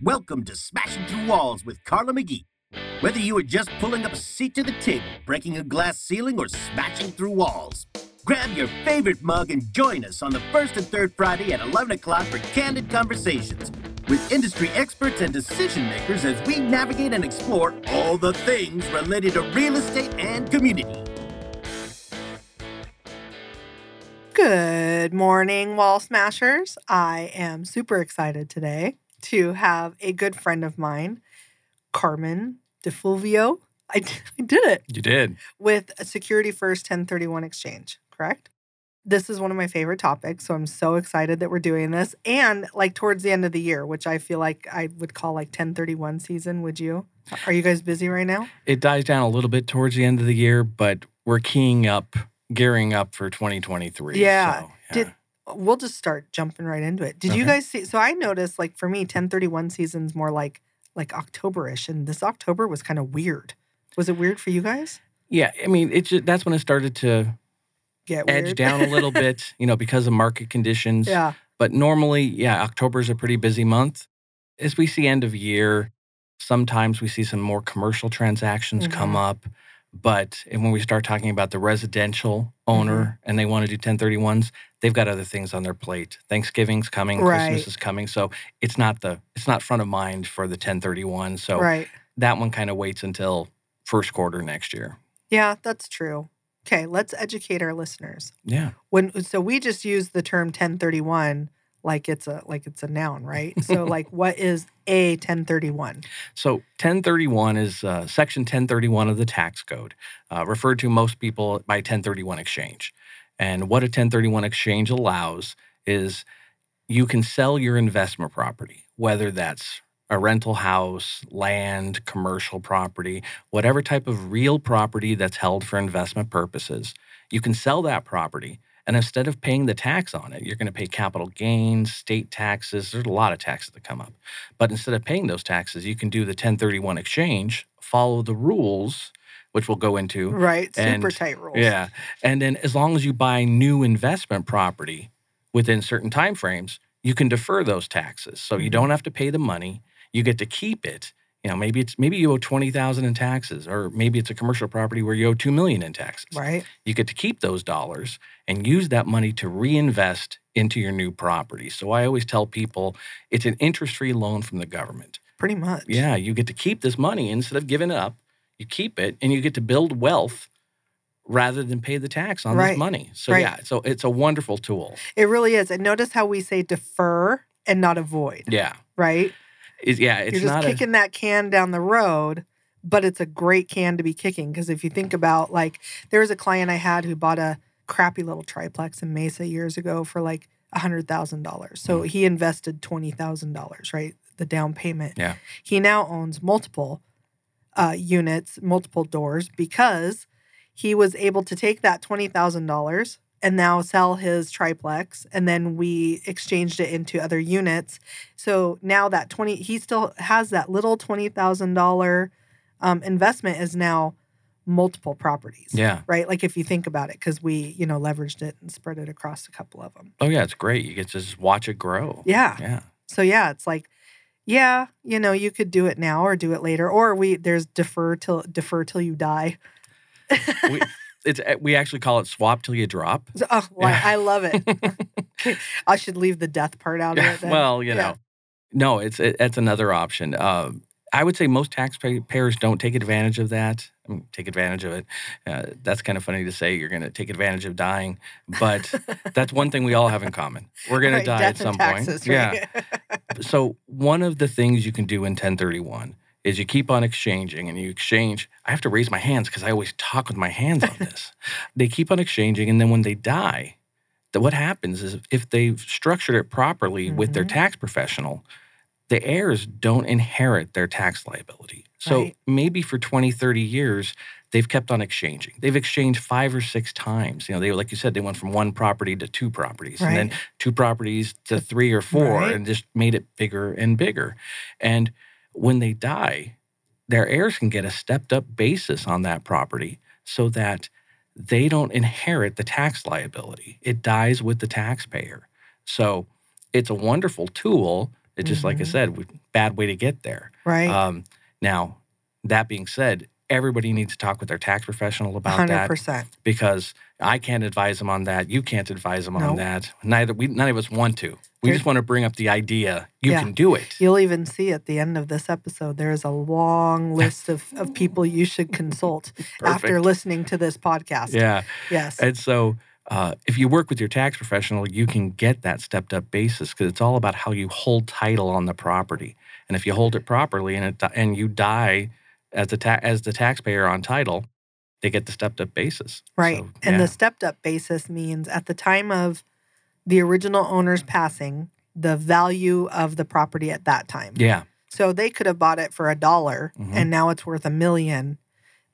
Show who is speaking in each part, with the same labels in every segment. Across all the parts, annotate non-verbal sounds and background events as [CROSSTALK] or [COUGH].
Speaker 1: Welcome to Smashing Through Walls with Carla McGee. Whether you are just pulling up a seat to the table, breaking a glass ceiling, or smashing through walls, grab your favorite mug and join us on the first and third Friday at 11 o'clock for candid conversations with industry experts and decision makers as we navigate and explore all the things related to real estate and community.
Speaker 2: Good morning, Wall Smashers. I am super excited today to have a good friend of mine, Carmen DeFulvio. I, d- [LAUGHS] I did it
Speaker 3: You did.
Speaker 2: with a Security First 1031 exchange, correct? This is one of my favorite topics, so I'm so excited that we're doing this. And like towards the end of the year, which I feel like I would call like 1031 season, would you? Are you guys busy right now?
Speaker 3: It dies down a little bit towards the end of the year, but we're keying up, gearing up for 2023.
Speaker 2: Yeah.
Speaker 3: So,
Speaker 2: Did- we'll just start jumping right into it. Did you
Speaker 3: Okay.
Speaker 2: guys see? So I noticed, like for me, 1031 seasons more like like Octoberish, and this October was kind of weird. Was it weird for you guys?
Speaker 3: yeah, I mean, it's just, that's when it started to
Speaker 2: Get
Speaker 3: edge
Speaker 2: weird?
Speaker 3: down a little bit, you know, because of market
Speaker 2: [LAUGHS]
Speaker 3: conditions.
Speaker 2: yeah,
Speaker 3: But normally, yeah, October is a pretty busy month. As we see end of year, sometimes we see some more commercial transactions come
Speaker 2: Mhm.
Speaker 3: up. But and when we start talking about the residential owner
Speaker 2: Mm-hmm.
Speaker 3: and they want to do 1031s, they've got other things on their plate. Thanksgiving's coming,
Speaker 2: Right.
Speaker 3: Christmas is coming, so it's not the it's not front of mind for the 1031. So
Speaker 2: right.
Speaker 3: that one kind of waits until first quarter next year.
Speaker 2: Yeah, that's true. Okay, let's educate our listeners.
Speaker 3: Yeah,
Speaker 2: When so we just use the term 1031 like it's a like it's a noun, right?
Speaker 3: [LAUGHS]
Speaker 2: So like, what is a 1031?
Speaker 3: So 1031 is uh, section 1031 of the tax code, uh, referred to most people by 1031 exchange. And what a 1031 exchange allows is you can sell your investment property, whether that's a rental house, land, commercial property, whatever type of real property that's held for investment purposes. You can sell that property. And instead of paying the tax on it, you're going to pay capital gains, state taxes. There's a lot of taxes that come up. But instead of paying those taxes, you can do the 1031 exchange, follow the rules, which we'll go into.
Speaker 2: Right, super
Speaker 3: And-
Speaker 2: tight rules.
Speaker 3: Yeah. And then as long as you buy new investment property within certain timeframes, you can defer those taxes. So you
Speaker 2: Mhm.
Speaker 3: don't have to pay the money. You get to keep it. You know, maybe it's maybe you owe 20,000 in taxes or maybe it's a commercial property where you owe 2 million in taxes.
Speaker 2: right.
Speaker 3: You get to keep those dollars and use that money to reinvest into your new property. So I always tell people it's an interest-free loan from the government.
Speaker 2: Pretty much.
Speaker 3: Yeah, you get to keep this money instead of giving it up. You keep it and you get to build wealth rather than pay the tax on
Speaker 2: Right,
Speaker 3: this money. So
Speaker 2: right.
Speaker 3: yeah, so it's a wonderful tool.
Speaker 2: It really is. And notice how we say defer and not avoid,
Speaker 3: Yeah.
Speaker 2: right?
Speaker 3: It- yeah, it's
Speaker 2: You're just
Speaker 3: not
Speaker 2: kicking that can down the road, but it's a great can to be kicking. Because if you think about, like, there was a client I had who bought a crappy little triplex in Mesa years ago for like a $100,000. So
Speaker 3: Mm.
Speaker 2: he invested $20,000, right? The down payment.
Speaker 3: Yeah.
Speaker 2: He now owns multiple uh, units, multiple doors because he was able to take that $20,000 and now sell his triplex. And then we exchanged it into other units. So now that 20, he still has that little $20,000 um, investment is now multiple properties.
Speaker 3: a Yeah.
Speaker 2: Right. Like if you think about it, because we, you know, leveraged it and spread it across a couple of them.
Speaker 3: Oh yeah, it's great. You get to just watch it grow.
Speaker 2: Yeah.
Speaker 3: Yeah.
Speaker 2: So yeah, it's like, yeah, you know, you could do it now or do it later, or we there's defer till defer till you die. [LAUGHS]
Speaker 3: We it's eh, we actually call it swap till you drop.
Speaker 2: So, oh, li-
Speaker 3: Yeah.
Speaker 2: I love it.
Speaker 3: [LAUGHS]
Speaker 2: I should leave the death part out of it. Then. [LAUGHS]
Speaker 3: well, you
Speaker 2: Yeah.
Speaker 3: know, no, it's it, that's another option. Uh, I would say most taxpayers don't take advantage of that. I mean, take advantage of it. Uh, that's kind of funny to say. You're going to take advantage of dying, but that's one thing we all have in common. We're going
Speaker 2: Right,
Speaker 3: to die
Speaker 2: death
Speaker 3: at some
Speaker 2: and taxes,
Speaker 3: point.
Speaker 2: Right? [LAUGHS]
Speaker 3: Yeah. So one of the things you can do in 1031 is you keep on exchanging and you exchange. I have to raise my hands because I always talk with my hands on
Speaker 2: [LAUGHS]
Speaker 3: this. they keep on exchanging, and then when they die, that what happens is if they've structured it properly with their
Speaker 2: Mhm.
Speaker 3: tax professional, the heirs don't inherit their tax liability. So
Speaker 2: Right.
Speaker 3: maybe for 20, 30 years, they've kept on exchanging. They've exchanged five or six times. You know, they like you said, they went from one property to two properties and then
Speaker 2: Right.
Speaker 3: two properties to three or four
Speaker 2: Right.
Speaker 3: and just made it bigger and bigger. And when they die, their heirs can get a stepped up basis on that property so that they don't inherit the tax liability. It dies with the taxpayer. So it's a wonderful tool It's just like I
Speaker 2: Mhm.
Speaker 3: said, we- bad way to get there.
Speaker 2: right?
Speaker 3: Um, now, that being said, everybody needs to talk with their tax professional about
Speaker 2: Hundred
Speaker 3: that
Speaker 2: percent.
Speaker 3: because I can't advise them on that. You can't advise them on
Speaker 2: Nope.
Speaker 3: that. Neither we, none of us want to. We
Speaker 2: There-
Speaker 3: just want to bring up the idea. You
Speaker 2: Yeah.
Speaker 3: can do it.
Speaker 2: You'll even see at the end of this episode, there is a
Speaker 3: [LAUGHS]
Speaker 2: long list of, of people you should consult after
Speaker 3: Perfect.
Speaker 2: listening to this podcast.
Speaker 3: Yeah.
Speaker 2: Yes.
Speaker 3: And so, uh, if you work with your tax professional, you can get that stepped up basis because it's all about how you hold title on the property. And if you hold it properly and it di- and you die as the ta- as the taxpayer on title, they get the stepped up basis.
Speaker 2: Right.
Speaker 3: So,
Speaker 2: and
Speaker 3: yeah.
Speaker 2: the stepped up basis means at the time of the original owner's passing, the value of the property at that time.
Speaker 3: yeah,
Speaker 2: So they could have bought it for a dollar
Speaker 3: Mhm.
Speaker 2: and now it's worth a million.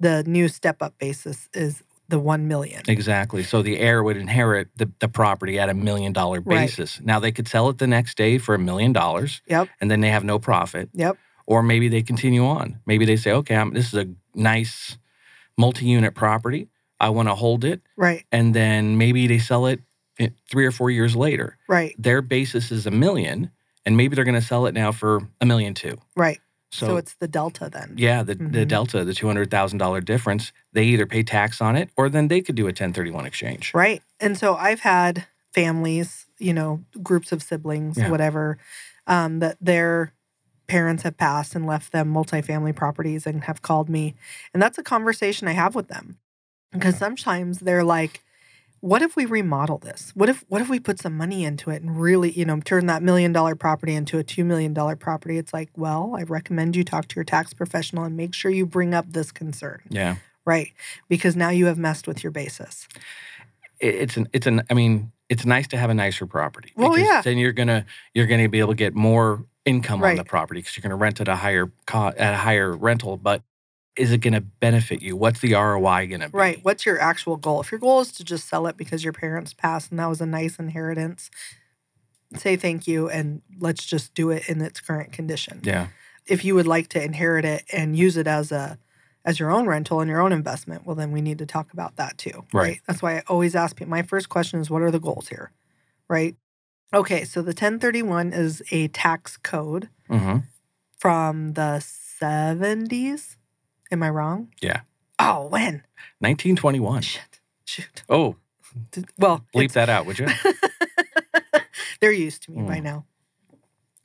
Speaker 2: The new step up basis is the 1 million.
Speaker 3: exactly. So the heir would inherit the, the property at a million dollar
Speaker 2: Right.
Speaker 3: basis. Now they could sell it the next day for a million dollars,
Speaker 2: Yep.
Speaker 3: and then they have no profit.
Speaker 2: Yep.
Speaker 3: or maybe they continue on. Maybe they say, okay, I'm, this is a nice multi-unit property. I want to hold it,
Speaker 2: Right.
Speaker 3: and then maybe they sell it i- three or four years later.
Speaker 2: Right.
Speaker 3: Their basis is a million, and maybe they're going to sell it now for a million two.
Speaker 2: Right. So,
Speaker 3: So,
Speaker 2: it's the delta then.
Speaker 3: yeah, the, the
Speaker 2: Mhm.
Speaker 3: delta, the two hundred thousand dollar difference, they either pay tax on it, or then they could do a ten thirty one exchange.
Speaker 2: Right. And so I've had families, you know, groups of siblings,
Speaker 3: Yeah.
Speaker 2: whatever, um, that their parents have passed and left them multifamily properties and have called me. And that's a conversation I have with them. Because sometimes they're like, what if we remodel this? What if what if we put some money into it and really, you know, turn that million dollar property into a two million dollar property? It's like, well, I recommend you talk to your tax professional and make sure you bring up this concern,
Speaker 3: Yeah,
Speaker 2: right? Because now you have messed with your basis.
Speaker 3: It- it's an it's an I mean, it's nice to have a nicer property.
Speaker 2: Well,
Speaker 3: because
Speaker 2: yeah.
Speaker 3: Then you're gonna you're gonna be able to get more income on the
Speaker 2: Right.
Speaker 3: property because you're gonna rent at a higher co- at a higher rental. But is it gonna benefit you? What's the ROI gonna be?
Speaker 2: Right. What's your actual goal? If your goal is to just sell it because your parents passed and that was a nice inheritance, say thank you and let's just do it in its current condition.
Speaker 3: Yeah.
Speaker 2: If you would like to inherit it and use it as a as your own rental and your own investment, well then we need to talk about that too.
Speaker 3: Right.
Speaker 2: That's why I always ask people my first question is what are the goals here? Right? Okay, so the 1031 is a tax code
Speaker 3: hmm
Speaker 2: from the 70s. Am I wrong?
Speaker 3: Yeah.
Speaker 2: Oh, when?
Speaker 3: 1921.
Speaker 2: Shit. Shoot.
Speaker 3: Oh,
Speaker 2: Did- Well,
Speaker 3: bleep that out,
Speaker 2: [LAUGHS]
Speaker 3: would you?
Speaker 2: They're used to me by
Speaker 3: Mm.
Speaker 2: now.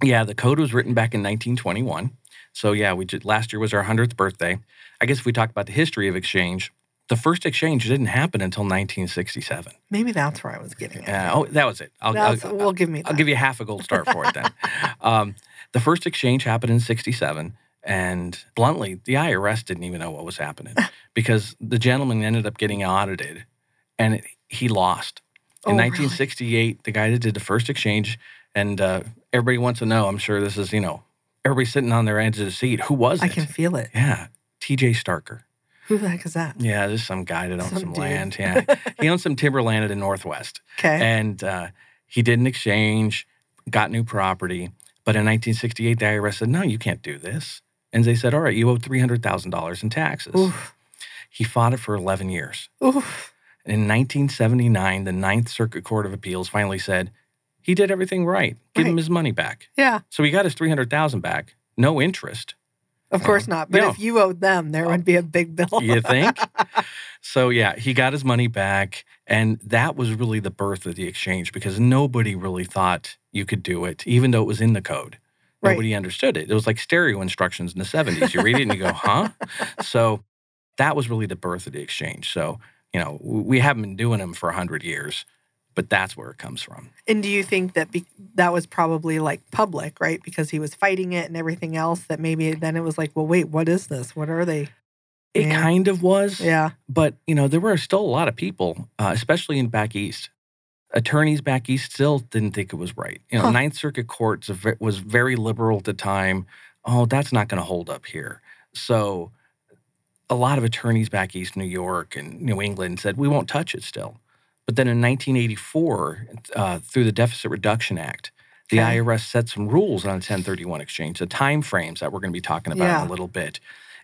Speaker 3: yeah, the code was written back in 1921. So yeah, we just, last year was our 100th birthday. I guess if we talk about the history of exchange, the first exchange didn't happen until 1967.
Speaker 2: Maybe that's where I was getting at.
Speaker 3: Uh, oh, that was it. I'll, I'll-
Speaker 2: That's- well, give me that.
Speaker 3: I'll give you half a gold star for
Speaker 2: [LAUGHS]
Speaker 3: it then. um, the first exchange happened in 67. And bluntly, the IRS didn't even know what was
Speaker 2: [LAUGHS]
Speaker 3: happening because the gentleman ended up getting audited and he lost.
Speaker 2: Oh,
Speaker 3: In
Speaker 2: really?
Speaker 3: 1968, the guy that did the first exchange, and uh, everybody wants to know, I'm sure this is, you know, everybody sitting on their edge of the seat. Who was
Speaker 2: I
Speaker 3: it?
Speaker 2: can feel it.
Speaker 3: yeah, TJ Starker.
Speaker 2: Who the heck is that?
Speaker 3: Yeah, this is some guy that owns
Speaker 2: Some
Speaker 3: some
Speaker 2: dude.
Speaker 3: land.
Speaker 2: [LAUGHS]
Speaker 3: Yeah, he owns some timber land in the Northwest
Speaker 2: Okay.
Speaker 3: and uh, he did an exchange, got new property. But in 1968, the IRS said, "No, you can't do this." And they said, "All right, you owe three hundred thousand dollars in taxes."
Speaker 2: Oof.
Speaker 3: He fought it for 11 years.
Speaker 2: Oof.
Speaker 3: In 1979, the Ninth Circuit Court of Appeals finally said, "He did everything right. Give him
Speaker 2: Right.
Speaker 3: his money back."
Speaker 2: Yeah.
Speaker 3: So he got his three hundred thousand back, no interest.
Speaker 2: Of
Speaker 3: Uh, Oh.
Speaker 2: course not. But
Speaker 3: no.
Speaker 2: if you owed them, there would be a big bill.
Speaker 3: You think? so yeah, he got his money back, and that was really the birth of the exchange because nobody really thought you could do it, even though it was in the code.
Speaker 2: [LAUGHS] Right.
Speaker 3: Nobody understood it. It was like stereo instructions in the '70s. You read it and you go, "Huh?" So that was really the birth of the exchange. So you know, w- we haven't been doing them for hundred years, but that's where it comes from.
Speaker 2: And do you think that be- that was probably like public, right? Because he was fighting it and everything else. That maybe then it was like, well, wait, what is this? What are they?
Speaker 3: It
Speaker 2: Yeah.
Speaker 3: kind of was.
Speaker 2: Yeah.
Speaker 3: but you know there were still a lot of people uh, especially in back east attorneys back east still didn't think it was right you know
Speaker 2: Huh.
Speaker 3: ninth circuit courts a ve- was very liberal at the time oh that's not going to hold up here so a lot of attorneys back east new york and new england said we won't touch it still but then in 1984 uh, through the deficit reduction act the
Speaker 2: Okay.
Speaker 3: irs set some rules on a 1031 exchange the timeframes that we're going to be talking about in
Speaker 2: Yeah.
Speaker 3: a little bit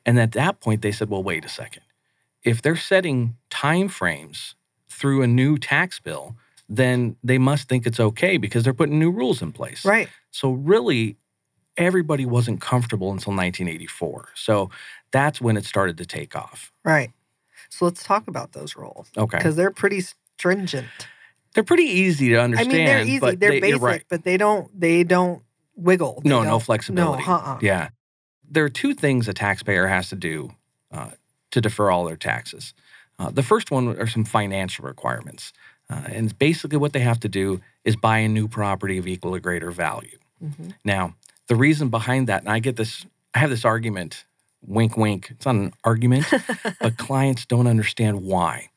Speaker 3: and at that point they said well wait a second if they're setting timeframes through a new tax bill, then they must think it's okay because they're putting new rules in place.
Speaker 2: Right.
Speaker 3: So, really, everybody wasn't comfortable until 1984. So, that's when it started to take off.
Speaker 2: Right. So let's talk about those rules
Speaker 3: Okay.
Speaker 2: because they're pretty stringent.
Speaker 3: They're pretty easy to understand.
Speaker 2: I mean, they're easy.
Speaker 3: but
Speaker 2: They're
Speaker 3: they- you're
Speaker 2: basic,
Speaker 3: right.
Speaker 2: but they don't they don't wiggle. They
Speaker 3: No,
Speaker 2: don't-
Speaker 3: no flexibility.
Speaker 2: No, uh-uh.
Speaker 3: Yeah. There are two things a taxpayer has to do uh, to defer all their taxes. Uh, the first one are some financial requirements. Uh, and basically, what they have to do is buy a new property of equal or greater value.
Speaker 2: Mhm.
Speaker 3: Now, the reason behind that, and I get this, I have this argument, wink, wink. It's not an argument, but clients don't understand why.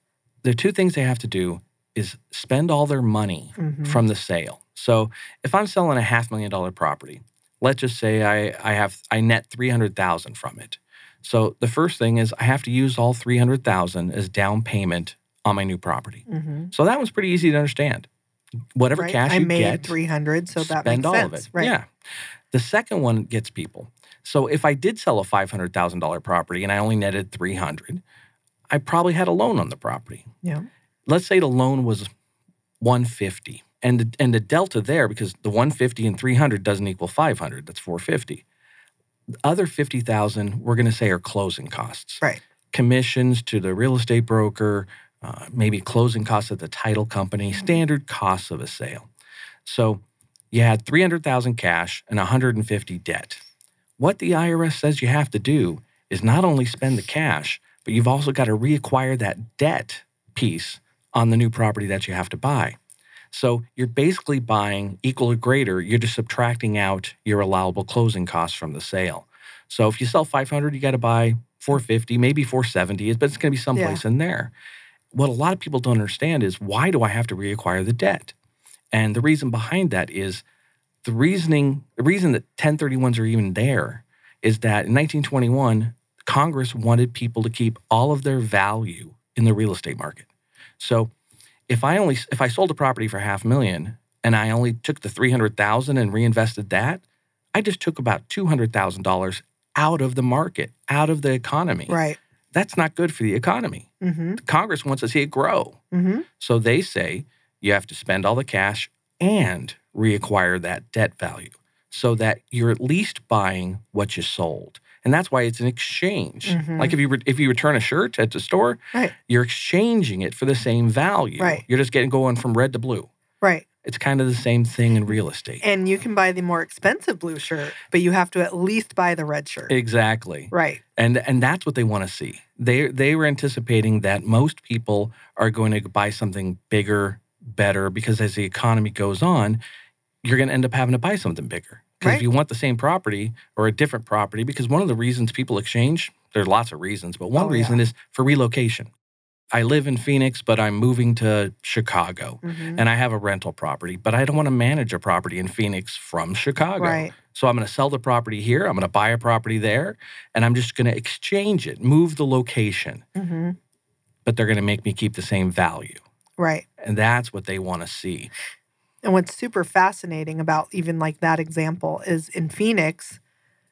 Speaker 3: The two things they have to do is spend all their money
Speaker 2: Mhm.
Speaker 3: from the sale. So if I'm selling a half million dollar property, let's just say I, I have I net three hundred thousand from it. So the first thing is I have to use all three hundred thousand as down payment on my new property.
Speaker 2: Mhm.
Speaker 3: So that was pretty easy to understand. Whatever
Speaker 2: Right?
Speaker 3: cash
Speaker 2: I
Speaker 3: you
Speaker 2: made
Speaker 3: get,
Speaker 2: 300, so that
Speaker 3: spend
Speaker 2: makes
Speaker 3: all
Speaker 2: sense.
Speaker 3: of it.
Speaker 2: Right.
Speaker 3: Yeah. The second one gets people. So if I did sell a five hundred thousand dollar property and I only netted three hundred, I probably had a loan on the property
Speaker 2: Yeah.
Speaker 3: let's say the loan was 150 and the, and the delta there because the 150 and 300 doesn't equal 500 that's 450 the other 50000 we're going to say are closing costs
Speaker 2: Right.
Speaker 3: commissions to the real estate broker uh, maybe closing costs at the title company standard costs of a sale so you had 300000 cash and 150 debt what the irs says you have to do is not only spend the cash but you've also got to reacquire that debt piece on the new property that you have to buy. So you're basically buying equal or greater. You're just subtracting out your allowable closing costs from the sale. So if you sell 500, you got to buy 450, maybe 470, but it's going to be someplace in there. What a lot of people don't understand is why do I have to reacquire the debt? And the reason behind that is the reasoning, the reason that 1031s are even there is that in 1921, Congress wanted people to keep all of their value in the real estate market. So if I only if I sold a property for half a million and I only took the 300,000 and reinvested that, I just took about $200,000 out of the market, out of the economy.
Speaker 2: Right.
Speaker 3: That's not good for the economy.
Speaker 2: Mm-hmm.
Speaker 3: Congress wants to see it grow.
Speaker 2: Mm-hmm.
Speaker 3: So they say you have to spend all the cash and reacquire that debt value so that you're at least buying what you sold. And that's why it's an exchange.
Speaker 2: Mhm.
Speaker 3: Like if you re- if you return a shirt at the store,
Speaker 2: Right.
Speaker 3: you're exchanging it for the same value.
Speaker 2: Right.
Speaker 3: You're just getting going from red to blue.
Speaker 2: Right.
Speaker 3: It's kind of the same thing in real estate.
Speaker 2: And you can buy the more expensive blue shirt, but you have to at least buy the red shirt.
Speaker 3: Exactly.
Speaker 2: Right.
Speaker 3: And and that's what they want to see. They they were anticipating that most people are going to buy something bigger, better, because as the economy goes on, you're going to end up having to buy something bigger. Because
Speaker 2: Right.
Speaker 3: if you want the same property or a different property, because one of the reasons people exchange, there's lots of reasons, but one
Speaker 2: Oh,
Speaker 3: reason is for relocation. I live in Phoenix, but I'm moving to Chicago.
Speaker 2: Mhm.
Speaker 3: And I have a rental property, but I don't want to manage a property in Phoenix from Chicago.
Speaker 2: Right.
Speaker 3: So I'm going to sell the property here. I'm going to buy a property there, and I'm just going to exchange it, move the location,
Speaker 2: Mm-hmm.
Speaker 3: but they're going to make me keep the same value.
Speaker 2: Right.
Speaker 3: And that's what they want to see.
Speaker 2: And what's super fascinating about even like that example is in Phoenix,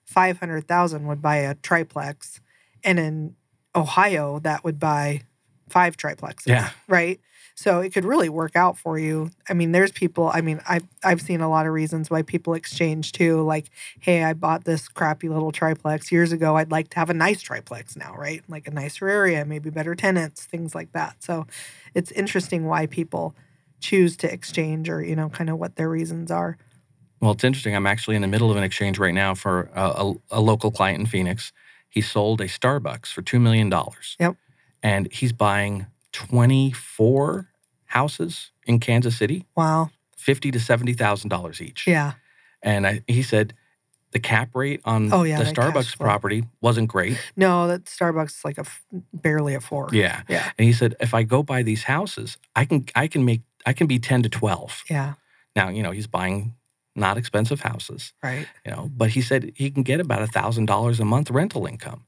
Speaker 2: 500,000 would buy a triplex. And in Ohio, that would buy five triplexes.
Speaker 3: Yeah.
Speaker 2: Right. So it could really work out for you. I mean, there's people, I mean, I've, I've seen a lot of reasons why people exchange too. Like, hey, I bought this crappy little triplex years ago. I'd like to have a nice triplex now, right? Like a nicer area, maybe better tenants, things like that. So it's interesting why people choose to exchange or you know kind of what their reasons are
Speaker 3: Well, it's interesting. I'm actually in the middle of an exchange right now for a, a, a local client in Phoenix. He sold a Starbucks for $2 million.
Speaker 2: Yep.
Speaker 3: And he's buying 24 houses in Kansas City,
Speaker 2: wow
Speaker 3: 50 to $70,000 each.
Speaker 2: yeah
Speaker 3: And I, he said the cap rate on
Speaker 2: Oh, yeah,
Speaker 3: the
Speaker 2: the cash
Speaker 3: Starbucks
Speaker 2: flow.
Speaker 3: property wasn't great.
Speaker 2: no that starbucks is like a f- barely a four
Speaker 3: Yeah.
Speaker 2: yeah
Speaker 3: And he said, if I go buy these houses, I can I can make I can be ten to twelve.
Speaker 2: yeah
Speaker 3: Now, you know, he's buying not expensive houses,
Speaker 2: right
Speaker 3: you know, but he said he can get about a thousand dollars a month rental income.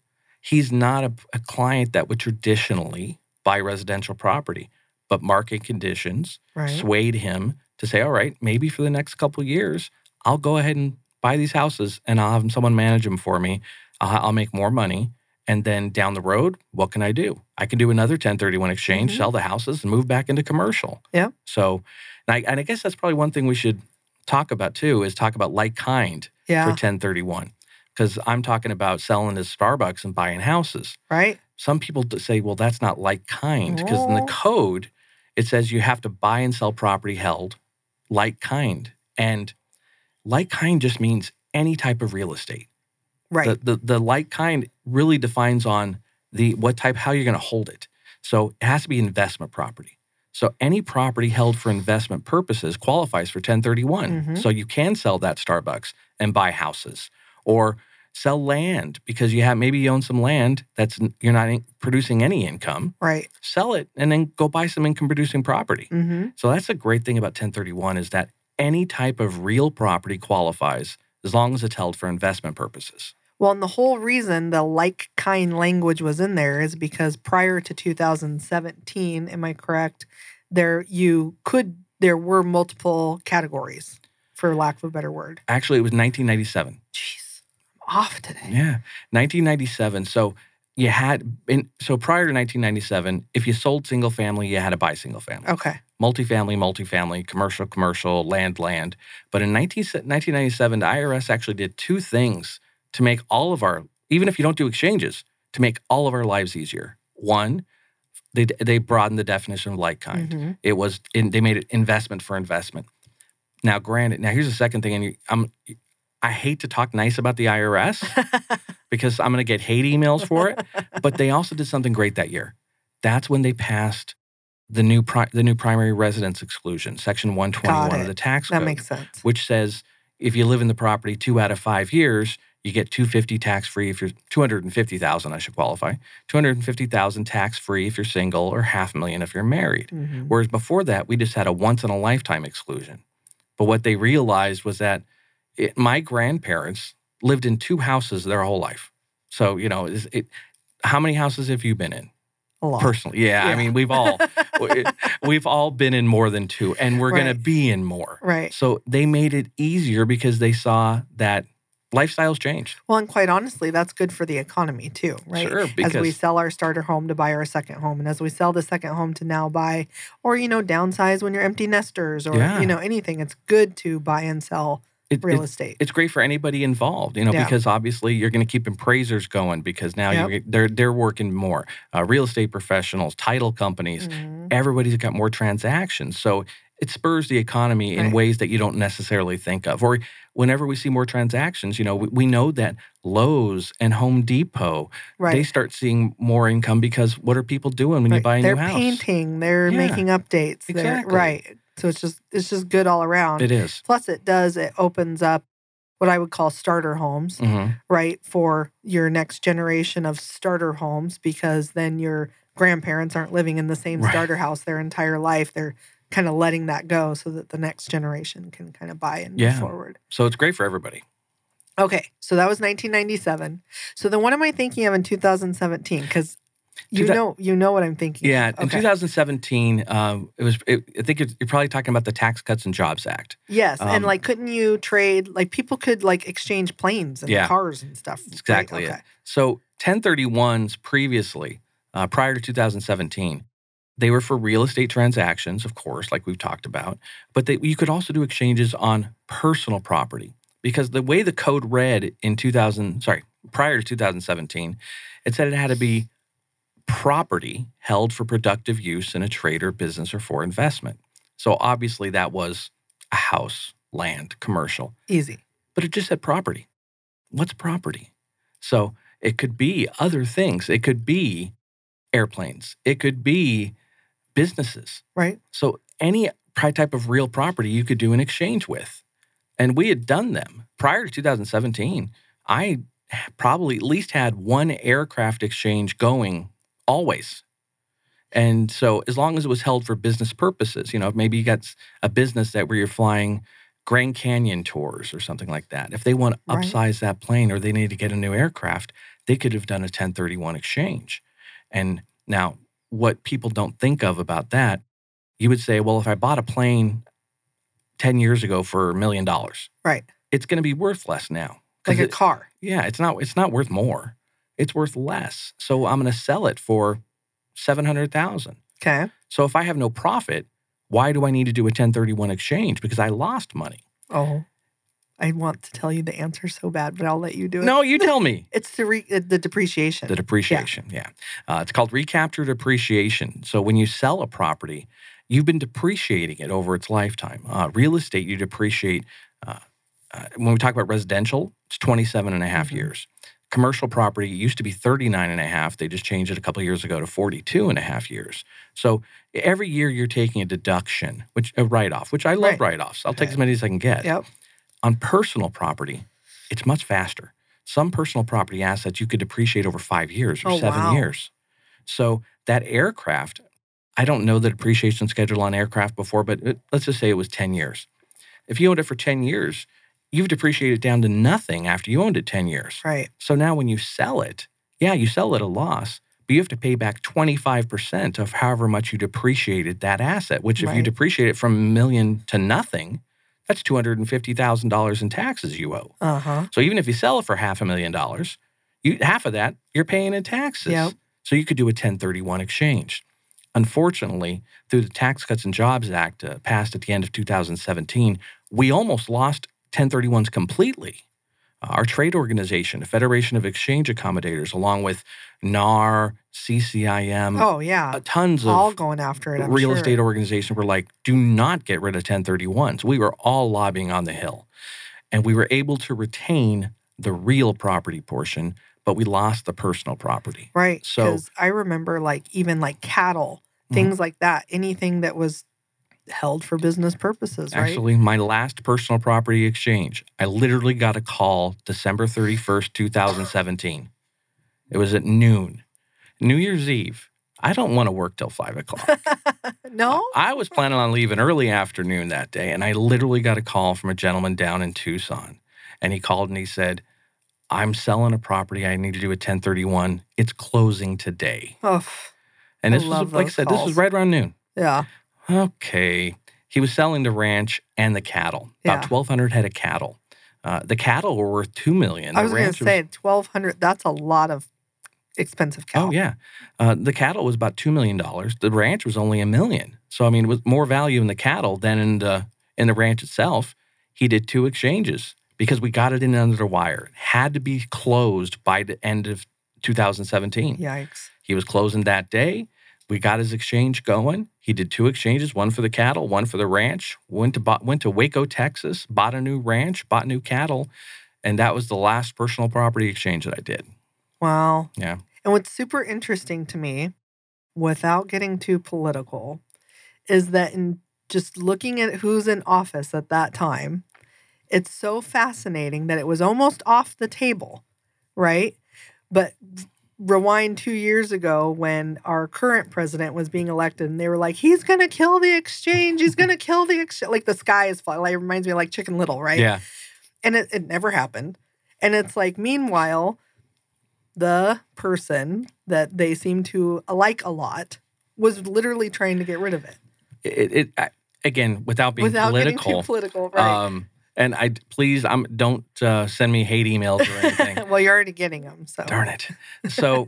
Speaker 3: He's not a, a client that would traditionally buy residential property, but market conditions
Speaker 2: right
Speaker 3: swayed him to say, all right, maybe for the next couple of years, I'll go ahead and buy these houses and I'll have someone manage them for me. I'll, I'll make more money. And then down the road, what can I do? I can do another 1031 exchange,
Speaker 2: Mhm.
Speaker 3: sell the houses, and move back into commercial.
Speaker 2: Yeah.
Speaker 3: So, and I, and I guess that's probably one thing we should talk about too is talk about like kind for
Speaker 2: Yeah.
Speaker 3: 1031 because I'm talking about selling to Starbucks and buying houses.
Speaker 2: Right.
Speaker 3: Some people d- say, well, that's not like kind because in the
Speaker 2: Oh.
Speaker 3: code, it says you have to buy and sell property held like kind. And like kind just means any type of real estate.
Speaker 2: Right.
Speaker 3: The, the, the like kind really defines on the what type, how you're going to hold it. So it has to be investment property. So any property held for investment purposes qualifies for 1031.
Speaker 2: Mhm.
Speaker 3: So you can sell that Starbucks and buy houses or sell land because you have maybe you own some land that's you're not in- producing any income,
Speaker 2: right.
Speaker 3: sell it and then go buy some income producing property.
Speaker 2: hmm
Speaker 3: So that's the great thing about 1031 is that any type of real property qualifies as long as it's held for investment purposes.
Speaker 2: Well, and the whole reason the like kind language was in there is because prior to 2017, am I correct? There you could there were multiple categories, for lack of a better word.
Speaker 3: actually it was 1997
Speaker 2: Jeez, I'm off today.
Speaker 3: yeah 1997 so you had in, so prior to 1997 if you sold single family you had to buy single family
Speaker 2: Okay.
Speaker 3: multifamily multifamily commercial commercial land land but in 19, 1997 the irs actually did two things to make all of our even if you don't do exchanges to make all of our lives easier one they, they broadened the definition of like
Speaker 2: [LAUGHS]
Speaker 3: kind
Speaker 2: Mhm.
Speaker 3: it was in, they made it investment for investment. Now, granted, now here's the second thing, and you, I'm I hate to talk nice about the
Speaker 2: [LAUGHS]
Speaker 3: IRS because I'm going to get hate emails for it. But they also did something great that year. That's when they passed the new pri- the new primary residence exclusion, section 121
Speaker 2: it.
Speaker 3: of the tax
Speaker 2: That
Speaker 3: code,
Speaker 2: makes sense.
Speaker 3: which says if you live in the property two out of five years, you get 250 tax free if you're 250,000. I should qualify 250,000 tax free if you're single or half a million if you're married.
Speaker 2: Mhm.
Speaker 3: Whereas before that, we just had a once in a lifetime exclusion. But what they realized was that it, my grandparents lived in two houses their whole life. So, you know, is it, how many houses have you been in
Speaker 2: A lot.
Speaker 3: personally? Yeah, I
Speaker 2: Yeah.
Speaker 3: mean,
Speaker 2: [LAUGHS]
Speaker 3: we've all [LAUGHS] we- we've all been in more than two and we're going to
Speaker 2: Right.
Speaker 3: be in more.
Speaker 2: Right.
Speaker 3: So, they made it easier because they saw that lifestyles changed.
Speaker 2: Well, and quite honestly, that's good for the economy too, right?
Speaker 3: Sure, because
Speaker 2: as we sell our starter home to buy our second home and as we sell the second home to now buy or you know downsize when you're empty nesters or
Speaker 3: Yeah.
Speaker 2: you know anything it's good to buy and sell
Speaker 3: it- it-
Speaker 2: real estate
Speaker 3: it's great for anybody involved, you know,
Speaker 2: Yeah.
Speaker 3: because obviously you're going to keep appraisers going because now you they're they're working more. Uh, real estate professionals, title companies,
Speaker 2: Mhm.
Speaker 3: everybody's got more transactions, so it spurs the economy in
Speaker 2: Right.
Speaker 3: ways that you don't necessarily think of. Or whenever we see more transactions, you know, we, we know that Lowe's and Home Depot
Speaker 2: right
Speaker 3: they start seeing more income because what are people doing when you
Speaker 2: Right.
Speaker 3: buy a
Speaker 2: they're
Speaker 3: new house?
Speaker 2: painting they're
Speaker 3: Yeah.
Speaker 2: making updates they're
Speaker 3: Exactly.
Speaker 2: right so it's just it's just good all around
Speaker 3: It is.
Speaker 2: plus it does it opens up what i would call starter homes
Speaker 3: Mhm.
Speaker 2: right for your next generation of starter homes because then your grandparents aren't living in the same
Speaker 3: Right.
Speaker 2: starter house their entire life they're kind of letting that go so that the next generation can kind of buy and
Speaker 3: Yeah.
Speaker 2: move forward
Speaker 3: So it's great for everybody.
Speaker 2: okay so that was 1997 so then what am i thinking of in 2017 because you
Speaker 3: Two thou-
Speaker 2: know you know what i'm thinking
Speaker 3: Yeah,
Speaker 2: of.
Speaker 3: in
Speaker 2: okay.
Speaker 3: 2017, um, it was. It, I think it's, you're probably talking about the Tax Cuts and Jobs Act.
Speaker 2: yes
Speaker 3: um,
Speaker 2: and like couldn't you trade like people could like exchange planes and
Speaker 3: Yeah.
Speaker 2: cars and stuff right?
Speaker 3: exactly it.
Speaker 2: okay.
Speaker 3: So 1031s previously, uh, prior to 2017, they were for real estate transactions, of course, like we've talked about, but they, you could also do exchanges on personal property because the way the code read in 2000, sorry, prior to 2017, it said it had to be property held for productive use in a trade or business or for investment. So obviously that was a house, land, commercial
Speaker 2: easy
Speaker 3: but it just said property. What's property? So it could be other things. It could be airplanes. It could be businesses.
Speaker 2: right
Speaker 3: So any pri- type of real property you could do an exchange with. And we had done them prior to 2017. I probably at least had one aircraft exchange going always. And so as long as it was held for business purposes, you know, maybe you got s- a business that where you're flying Grand Canyon tours or something like that. If they want to
Speaker 2: Right.
Speaker 3: upsize that plane or they need to get a new aircraft, they could have done a 1031 exchange. And now what people don't think of about that, you would say, well, if I bought a plane 10 years ago for a million dollars,
Speaker 2: Right.
Speaker 3: It's going to be worth less now. 'Cause
Speaker 2: like a
Speaker 3: it-
Speaker 2: car
Speaker 3: yeah, it's not it's not worth more. It's worth less. So I'm going to sell it for 700,000.
Speaker 2: okay
Speaker 3: So if I have no profit, why do I need to do a 1031 exchange because I lost money?
Speaker 2: Oh, I want to tell you the answer so bad, but I'll let you do it.
Speaker 3: No, you tell me.
Speaker 2: It's the re- uh, the depreciation.
Speaker 3: The depreciation, yeah. Uh, it's called recapture depreciation. So when you sell a property, you've been depreciating it over its lifetime. Uh, real estate, you depreciate, uh, uh, when we talk about residential, it's 27 and a half
Speaker 2: Mhm.
Speaker 3: years. Commercial property it used to be 39 and a half. They just changed it a couple of years ago to 42 and a half years. So every year you're taking a deduction, which a write off, which I love
Speaker 2: Right.
Speaker 3: write offs. I'll take as
Speaker 2: Right.
Speaker 3: many as I can get
Speaker 2: Yep.
Speaker 3: on personal property, it's much faster. Some personal property assets you could depreciate over five years or
Speaker 2: Oh,
Speaker 3: seven
Speaker 2: wow.
Speaker 3: years. So that aircraft, I don't know the depreciation schedule on aircraft before, but it- let's just say it was 10 years. If you owned it for 10 years, you've depreciated down to nothing after you owned it 10 years.
Speaker 2: Right.
Speaker 3: So now when you sell it, yeah, you sell it at a loss, but you have to pay back 25% of however much you depreciated that asset, which if you
Speaker 2: Right.
Speaker 3: depreciate it from a million to nothing, that's $250,000 in taxes you owe.
Speaker 2: Uh huh.
Speaker 3: So even if you sell it for half a million dollars, you half of that you're paying in taxes.
Speaker 2: Yep.
Speaker 3: So you could do a 1031 exchange. Unfortunately, through the Tax Cuts and Jobs Act uh, passed at the end of 2017, we almost lost 1031s completely. Uh, Our trade organization, the Federation of Exchange Accommodators, along with NAR, CCIM,
Speaker 2: Oh yeah.
Speaker 3: uh, tons of
Speaker 2: All going after it. I'm
Speaker 3: real
Speaker 2: sure.
Speaker 3: estate organizations were like, do not get rid of 1031s. We were all lobbying on the Hill. And we were able to retain the real property portion, but we lost the personal property.
Speaker 2: Right.
Speaker 3: So-
Speaker 2: Because I remember like even like cattle,
Speaker 3: Mhm.
Speaker 2: things like that, anything that was held for business purposes, right?
Speaker 3: Actually, my last personal property exchange, I literally got a call December 31st, 2017. It was at noon, New Year's Eve. I don't want to work till five o'clock.
Speaker 2: [LAUGHS] no?
Speaker 3: I was planning on leaving early afternoon that day, and I literally got a call from a gentleman down in Tucson. And he called and he said, I'm selling a property. I need to do a 1031. It's closing today.
Speaker 2: Ugh.
Speaker 3: And
Speaker 2: I
Speaker 3: this was,
Speaker 2: love
Speaker 3: like I
Speaker 2: those
Speaker 3: said, this
Speaker 2: calls.
Speaker 3: was right around noon.
Speaker 2: Yeah.
Speaker 3: Okay. He was selling the ranch and the cattle, about
Speaker 2: Yeah.
Speaker 3: 1,200 head of cattle. Uh, the cattle were worth two million.
Speaker 2: I
Speaker 3: The
Speaker 2: was going
Speaker 3: ranch
Speaker 2: to say 1200 that's a lot of expensive cattle.
Speaker 3: Oh yeah, uh, the cattle was about two million dollars. The ranch was only a million. So I mean, it was more value in the cattle than in the in the ranch itself. He did two exchanges because we got it in under the wire. It had to be closed by the end of 2017.
Speaker 2: Yikes.
Speaker 3: He was closing that day. We got his exchange going. He did two exchanges, one for the cattle, one for the ranch. Went to Bo- went to Waco, Texas, bought a new ranch, bought new cattle, and that was the last personal property exchange that I did.
Speaker 2: Wow.
Speaker 3: Yeah.
Speaker 2: And what's super interesting to me, without getting too political, is that in just looking at who's in office at that time, it's so fascinating that it was almost off the table, right? But rewind two years ago when our current president was being elected and they were like, he's going to kill the exchange. He's going to kill the exchange. Like the sky is falling. Like, it reminds me of like Chicken Little, right?
Speaker 3: Yeah.
Speaker 2: and it, it never happened. And it's like, meanwhile, the person that they seem to like a lot was literally trying to get rid of it
Speaker 3: it, it I, again without being
Speaker 2: without getting
Speaker 3: political.
Speaker 2: too political, right?
Speaker 3: Um, and I please, I'm don't uh, send me hate emails or
Speaker 2: [LAUGHS]
Speaker 3: anything.
Speaker 2: well, you're already getting them, so
Speaker 3: Darn it.
Speaker 2: [LAUGHS]
Speaker 3: So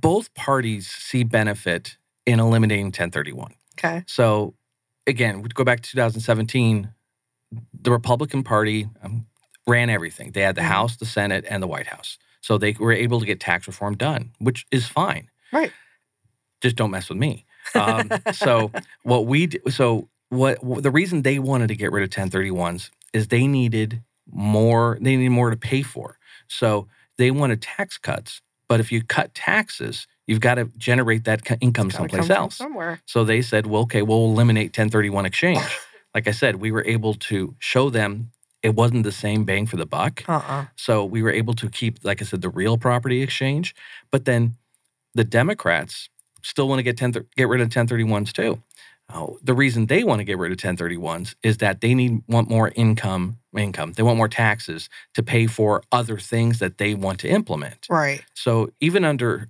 Speaker 3: both parties see benefit in eliminating 1031.
Speaker 2: okay,
Speaker 3: So again, we go back to 2017. The Republican Party um, ran everything. They had the
Speaker 2: Mhm.
Speaker 3: House, the Senate, and the White House. So they were able to get tax reform done, which is fine.
Speaker 2: Right.
Speaker 3: Just don't mess
Speaker 2: [LAUGHS]
Speaker 3: with me. Um, so what we d- so what wh- the reason they wanted to get rid of 1031s is they needed more. They needed more to pay for. So they wanted tax cuts. But if you cut taxes, you've got to generate that co- income
Speaker 2: Gotta come
Speaker 3: someplace
Speaker 2: from
Speaker 3: else.
Speaker 2: somewhere,
Speaker 3: So they said, well, okay, we'll eliminate 1031 exchange. like I said, we were able to show them it wasn't the same bang for the buck.
Speaker 2: uh uh
Speaker 3: So we were able to keep, like I said, the real property exchange. But then the Democrats still want to get 10, thir- get rid of 1031s too. Oh, the reason they want to get rid of 1031s is that they need want more income income. They want more taxes to pay for other things that they want to implement.
Speaker 2: right?
Speaker 3: So even under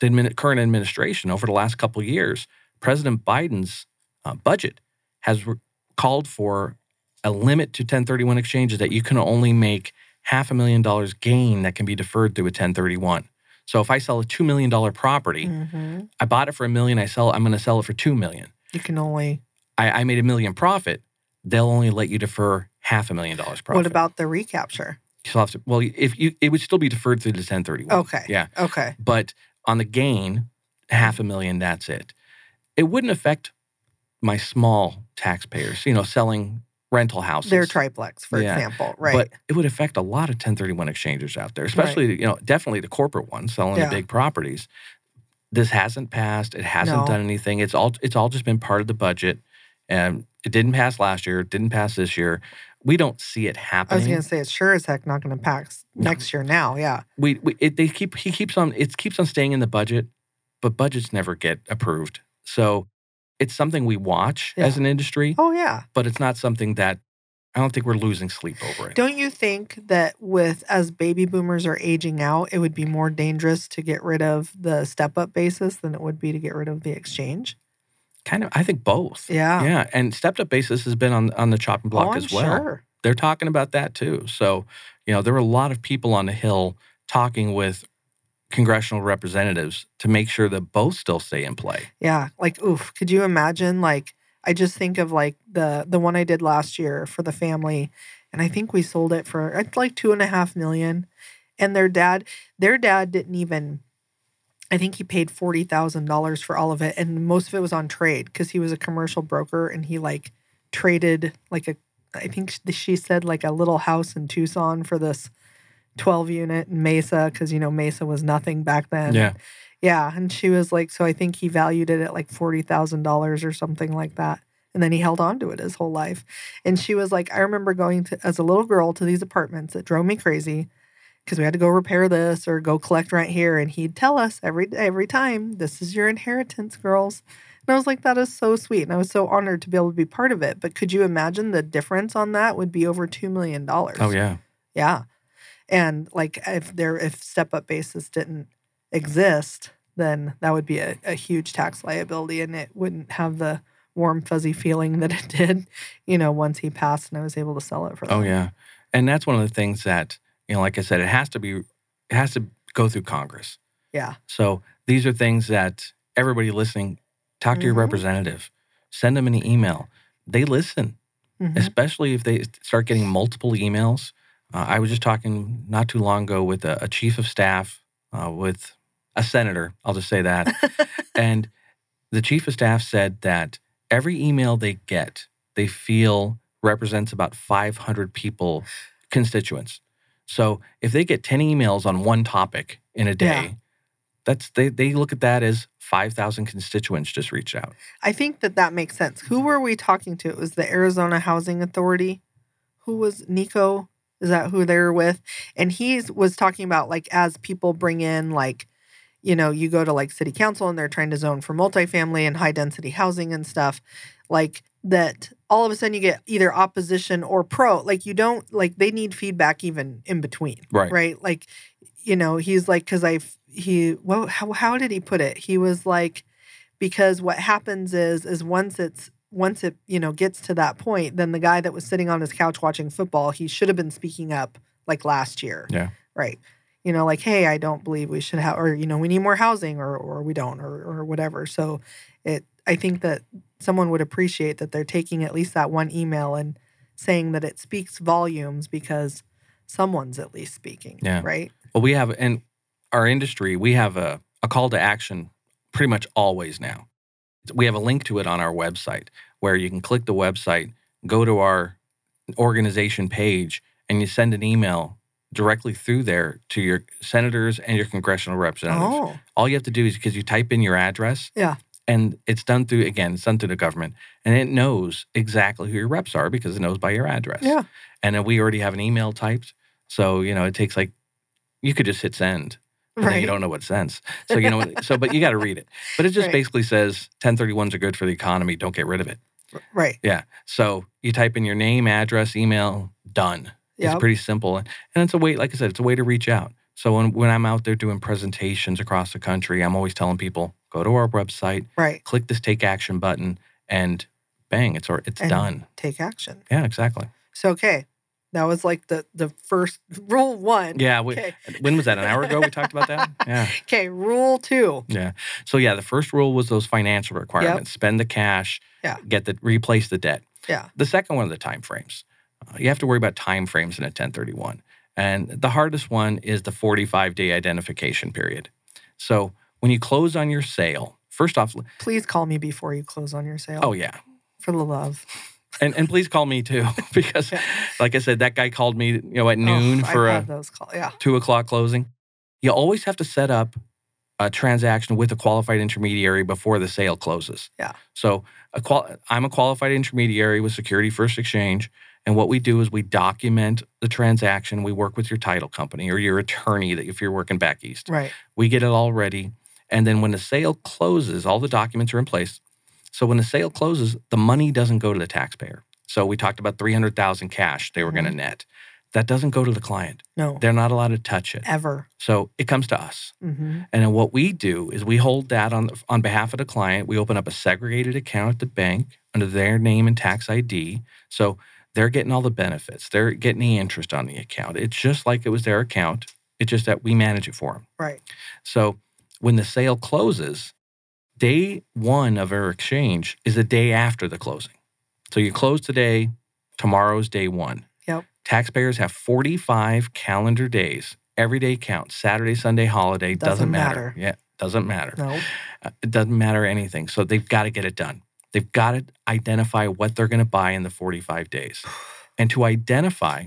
Speaker 3: the admin- current administration, over the last couple of years, President Biden's uh, budget has re- called for a limit to 1031 exchanges that you can only make half a million dollars gain that can be deferred through a 1031. So if I sell a two million dollar property,
Speaker 2: hmm
Speaker 3: I bought it for a million, I sell, I'm going to sell it for two million.
Speaker 2: You can only
Speaker 3: I, I made a million profit. they'll only let you defer half a million dollars profit.
Speaker 2: What about the recapture?
Speaker 3: You still have to, well, if you it would still be deferred through the 1031.
Speaker 2: Okay.
Speaker 3: Yeah.
Speaker 2: Okay.
Speaker 3: But on the gain, half a million, that's it. It wouldn't affect my small taxpayers, you know, selling rental houses.
Speaker 2: Their triplex, for
Speaker 3: Yeah.
Speaker 2: example. Right.
Speaker 3: But it would affect a lot of 1031 exchangers out there, especially, you know, definitely the corporate ones selling
Speaker 2: Yeah.
Speaker 3: the big properties. This hasn't passed. It hasn't
Speaker 2: No.
Speaker 3: done anything. It's all it's all just been part of the budget. And it didn't pass last year, it didn't pass this year. We don't see it
Speaker 2: I was
Speaker 3: happening.
Speaker 2: going to say it's sure as heck not going to pass
Speaker 3: No.
Speaker 2: next year now. Yeah.
Speaker 3: we, we it, they keep he keeps on it keeps on staying in the budget, but budgets never get approved. So it's something we watch
Speaker 2: Yeah.
Speaker 3: as an industry,
Speaker 2: Oh, yeah.
Speaker 3: but it's not something that I don't think we're losing sleep over it.
Speaker 2: Don't you think that with as baby boomers are aging out, it would be more dangerous to get rid of the step up basis than it would be to get rid of the exchange?
Speaker 3: kind of, I think both.
Speaker 2: Yeah.
Speaker 3: Yeah, and stepped up basis has been on on the chopping block
Speaker 2: oh, I'm
Speaker 3: as well.
Speaker 2: Sure.
Speaker 3: They're talking about that too. So, you know, there were a lot of people on the hill talking with congressional representatives to make sure that both still stay in play.
Speaker 2: Yeah. Like, oof, could you imagine? Like, I just think of like the the one I did last year for the family, and I think we sold it for it's like two and a half million. And their dad, their dad didn't even. I think he paid forty thousand dollars for all of it, and most of it was on trade because he was a commercial broker and he like traded like a. I think sh- she said like a little house in Tucson for this twelve unit in Mesa because you know Mesa was nothing back then.
Speaker 3: Yeah.
Speaker 2: Yeah, and she was like, so I think he valued it at like forty thousand dollars or something like that, and then he held on to it his whole life. And she was like, I remember going to as a little girl to these apartments. It drove me crazy because we had to go repair this or go collect rent here, and he'd tell us every every time, "This is your inheritance, girls." And I was like, that is so sweet, and I was so honored to be able to be part of it. But could you imagine the difference on that would be over two million dollars?
Speaker 3: Oh yeah.
Speaker 2: Yeah. And like if there if step up basis didn't exist, then that would be a, a huge tax liability and it wouldn't have the warm fuzzy feeling that it did, you know, once he passed and I was able to sell it for
Speaker 3: Oh
Speaker 2: them.
Speaker 3: yeah. And that's one of the things that, you know, like I said, it has to be it has to go through Congress.
Speaker 2: Yeah.
Speaker 3: So these are things that everybody listening, talk to your
Speaker 2: Mhm.
Speaker 3: representative, send them an email. They listen.
Speaker 2: Mhm.
Speaker 3: especially if they start getting multiple emails. Uh, I was just talking not too long ago with a, a chief of staff, uh, with a senator, I'll just say that. and the chief of staff said that every email they get, they feel represents about 500 people, constituents. So if they get 10 emails on one topic in a day,
Speaker 2: Yeah.
Speaker 3: that's they, they look at that as 5,000 constituents just reached out.
Speaker 2: I think that that makes sense. Who were we talking to? It was the Arizona Housing Authority. Who was Nico? Is that who they were with? And he was talking about like as people bring in like, you know, you go to like city council and they're trying to zone for multifamily and high density housing and stuff, like that all of a sudden you get either opposition or pro. Like you don't like they need feedback even in between
Speaker 3: Right.
Speaker 2: right? Like, you know, he's like, because I, he, well, how, how did he put it? He was like, because what happens is, is once it's, once it, you know, gets to that point, then the guy that was sitting on his couch watching football, he should have been speaking up like last year.
Speaker 3: Yeah.
Speaker 2: Right. You know, like, hey, I don't believe we should have, or, you know, we need more housing or, or we don't, or, or whatever. So it, I think that someone would appreciate that they're taking at least that one email and saying that it speaks volumes because someone's at least speaking.
Speaker 3: Yeah.
Speaker 2: Right.
Speaker 3: Well, we have in our industry, we have a, a call to action pretty much always now. We have a link to it on our website where you can click the website, go to our organization page, and you send an email directly through there to your senators and your congressional representatives.
Speaker 2: Oh,
Speaker 3: All you have to do is because you type in your address.
Speaker 2: Yeah.
Speaker 3: And it's done through, again, it's done through the government. And it knows exactly who your reps are because it knows by your address.
Speaker 2: yeah.
Speaker 3: And then we already have an email typed. So, you know, it takes like, you could just hit send and then
Speaker 2: Right.
Speaker 3: you don't know what sense. So
Speaker 2: [LAUGHS]
Speaker 3: you know, so but you got to read it. But it just
Speaker 2: Right.
Speaker 3: basically says 1031s are good for the economy. Don't get rid of it.
Speaker 2: Right.
Speaker 3: Yeah. So you type in your name, address, email. Done.
Speaker 2: Yeah.
Speaker 3: It's pretty simple, and it's a way. Like I said, it's a way to reach out. So when, when I'm out there doing presentations across the country, I'm always telling people go to our website,
Speaker 2: right.
Speaker 3: click this take action button, and bang, it's or it's
Speaker 2: And-
Speaker 3: done.
Speaker 2: Take action. [LAUGHS]
Speaker 3: Yeah, exactly.
Speaker 2: So okay, that was like the the first [LAUGHS] rule one.
Speaker 3: Yeah. We,
Speaker 2: Okay.
Speaker 3: When was that? An hour ago we talked about that. Yeah.
Speaker 2: Okay. Rule two.
Speaker 3: So yeah, the first rule was those financial requirements: spend the cash,
Speaker 2: Yeah.
Speaker 3: get the replace the debt.
Speaker 2: Yeah.
Speaker 3: The second one of the timeframes. Uh, you have to worry about timeframes in a 1031. And the hardest one is the 45 day identification period. So when you close on your sale, first off,
Speaker 2: Please call me before you close on your sale.
Speaker 3: oh, yeah.
Speaker 2: For the love.
Speaker 3: And, and please call me too, [LAUGHS] because
Speaker 2: Yeah.
Speaker 3: like I said, that guy called me, you know, at noon
Speaker 2: Oh,
Speaker 3: for uh,
Speaker 2: I've
Speaker 3: a
Speaker 2: had those calls. Yeah.
Speaker 3: two o'clock closing. You always have to set up a transaction with a qualified intermediary before the sale closes.
Speaker 2: Yeah.
Speaker 3: So a qual- I'm a qualified intermediary with Security First Exchange. And what we do is we document the transaction. We work with your title company or your attorney that if you're working back east.
Speaker 2: Right.
Speaker 3: We get it all ready. And then when the sale closes, all the documents are in place. So when the sale closes, the money doesn't go to the taxpayer. So we talked about 300,000 cash they were going to
Speaker 2: Mhm.
Speaker 3: net. That doesn't go to the client.
Speaker 2: No.
Speaker 3: They're not allowed to touch it.
Speaker 2: Ever.
Speaker 3: So it comes to us.
Speaker 2: hmm
Speaker 3: And then what we do is we hold that on, on behalf of the client. We open up a segregated account at the bank under their name and tax ID. So they're getting all the benefits, they're getting the interest on the account. It's just like it was their account, it's just that we manage it for them.
Speaker 2: Right.
Speaker 3: So when the sale closes, day one of our exchange is the day after the closing. So you close today, tomorrow's day one.
Speaker 2: Yep.
Speaker 3: Taxpayers have 45 calendar days. Every day counts. Saturday, Sunday, holiday, doesn't,
Speaker 2: Doesn't matter.
Speaker 3: matter. Yeah, doesn't matter.
Speaker 2: No.
Speaker 3: Uh, It doesn't matter anything. So they've got to get it done. They've got to identify what they're going to buy in the 45 days. And to identify,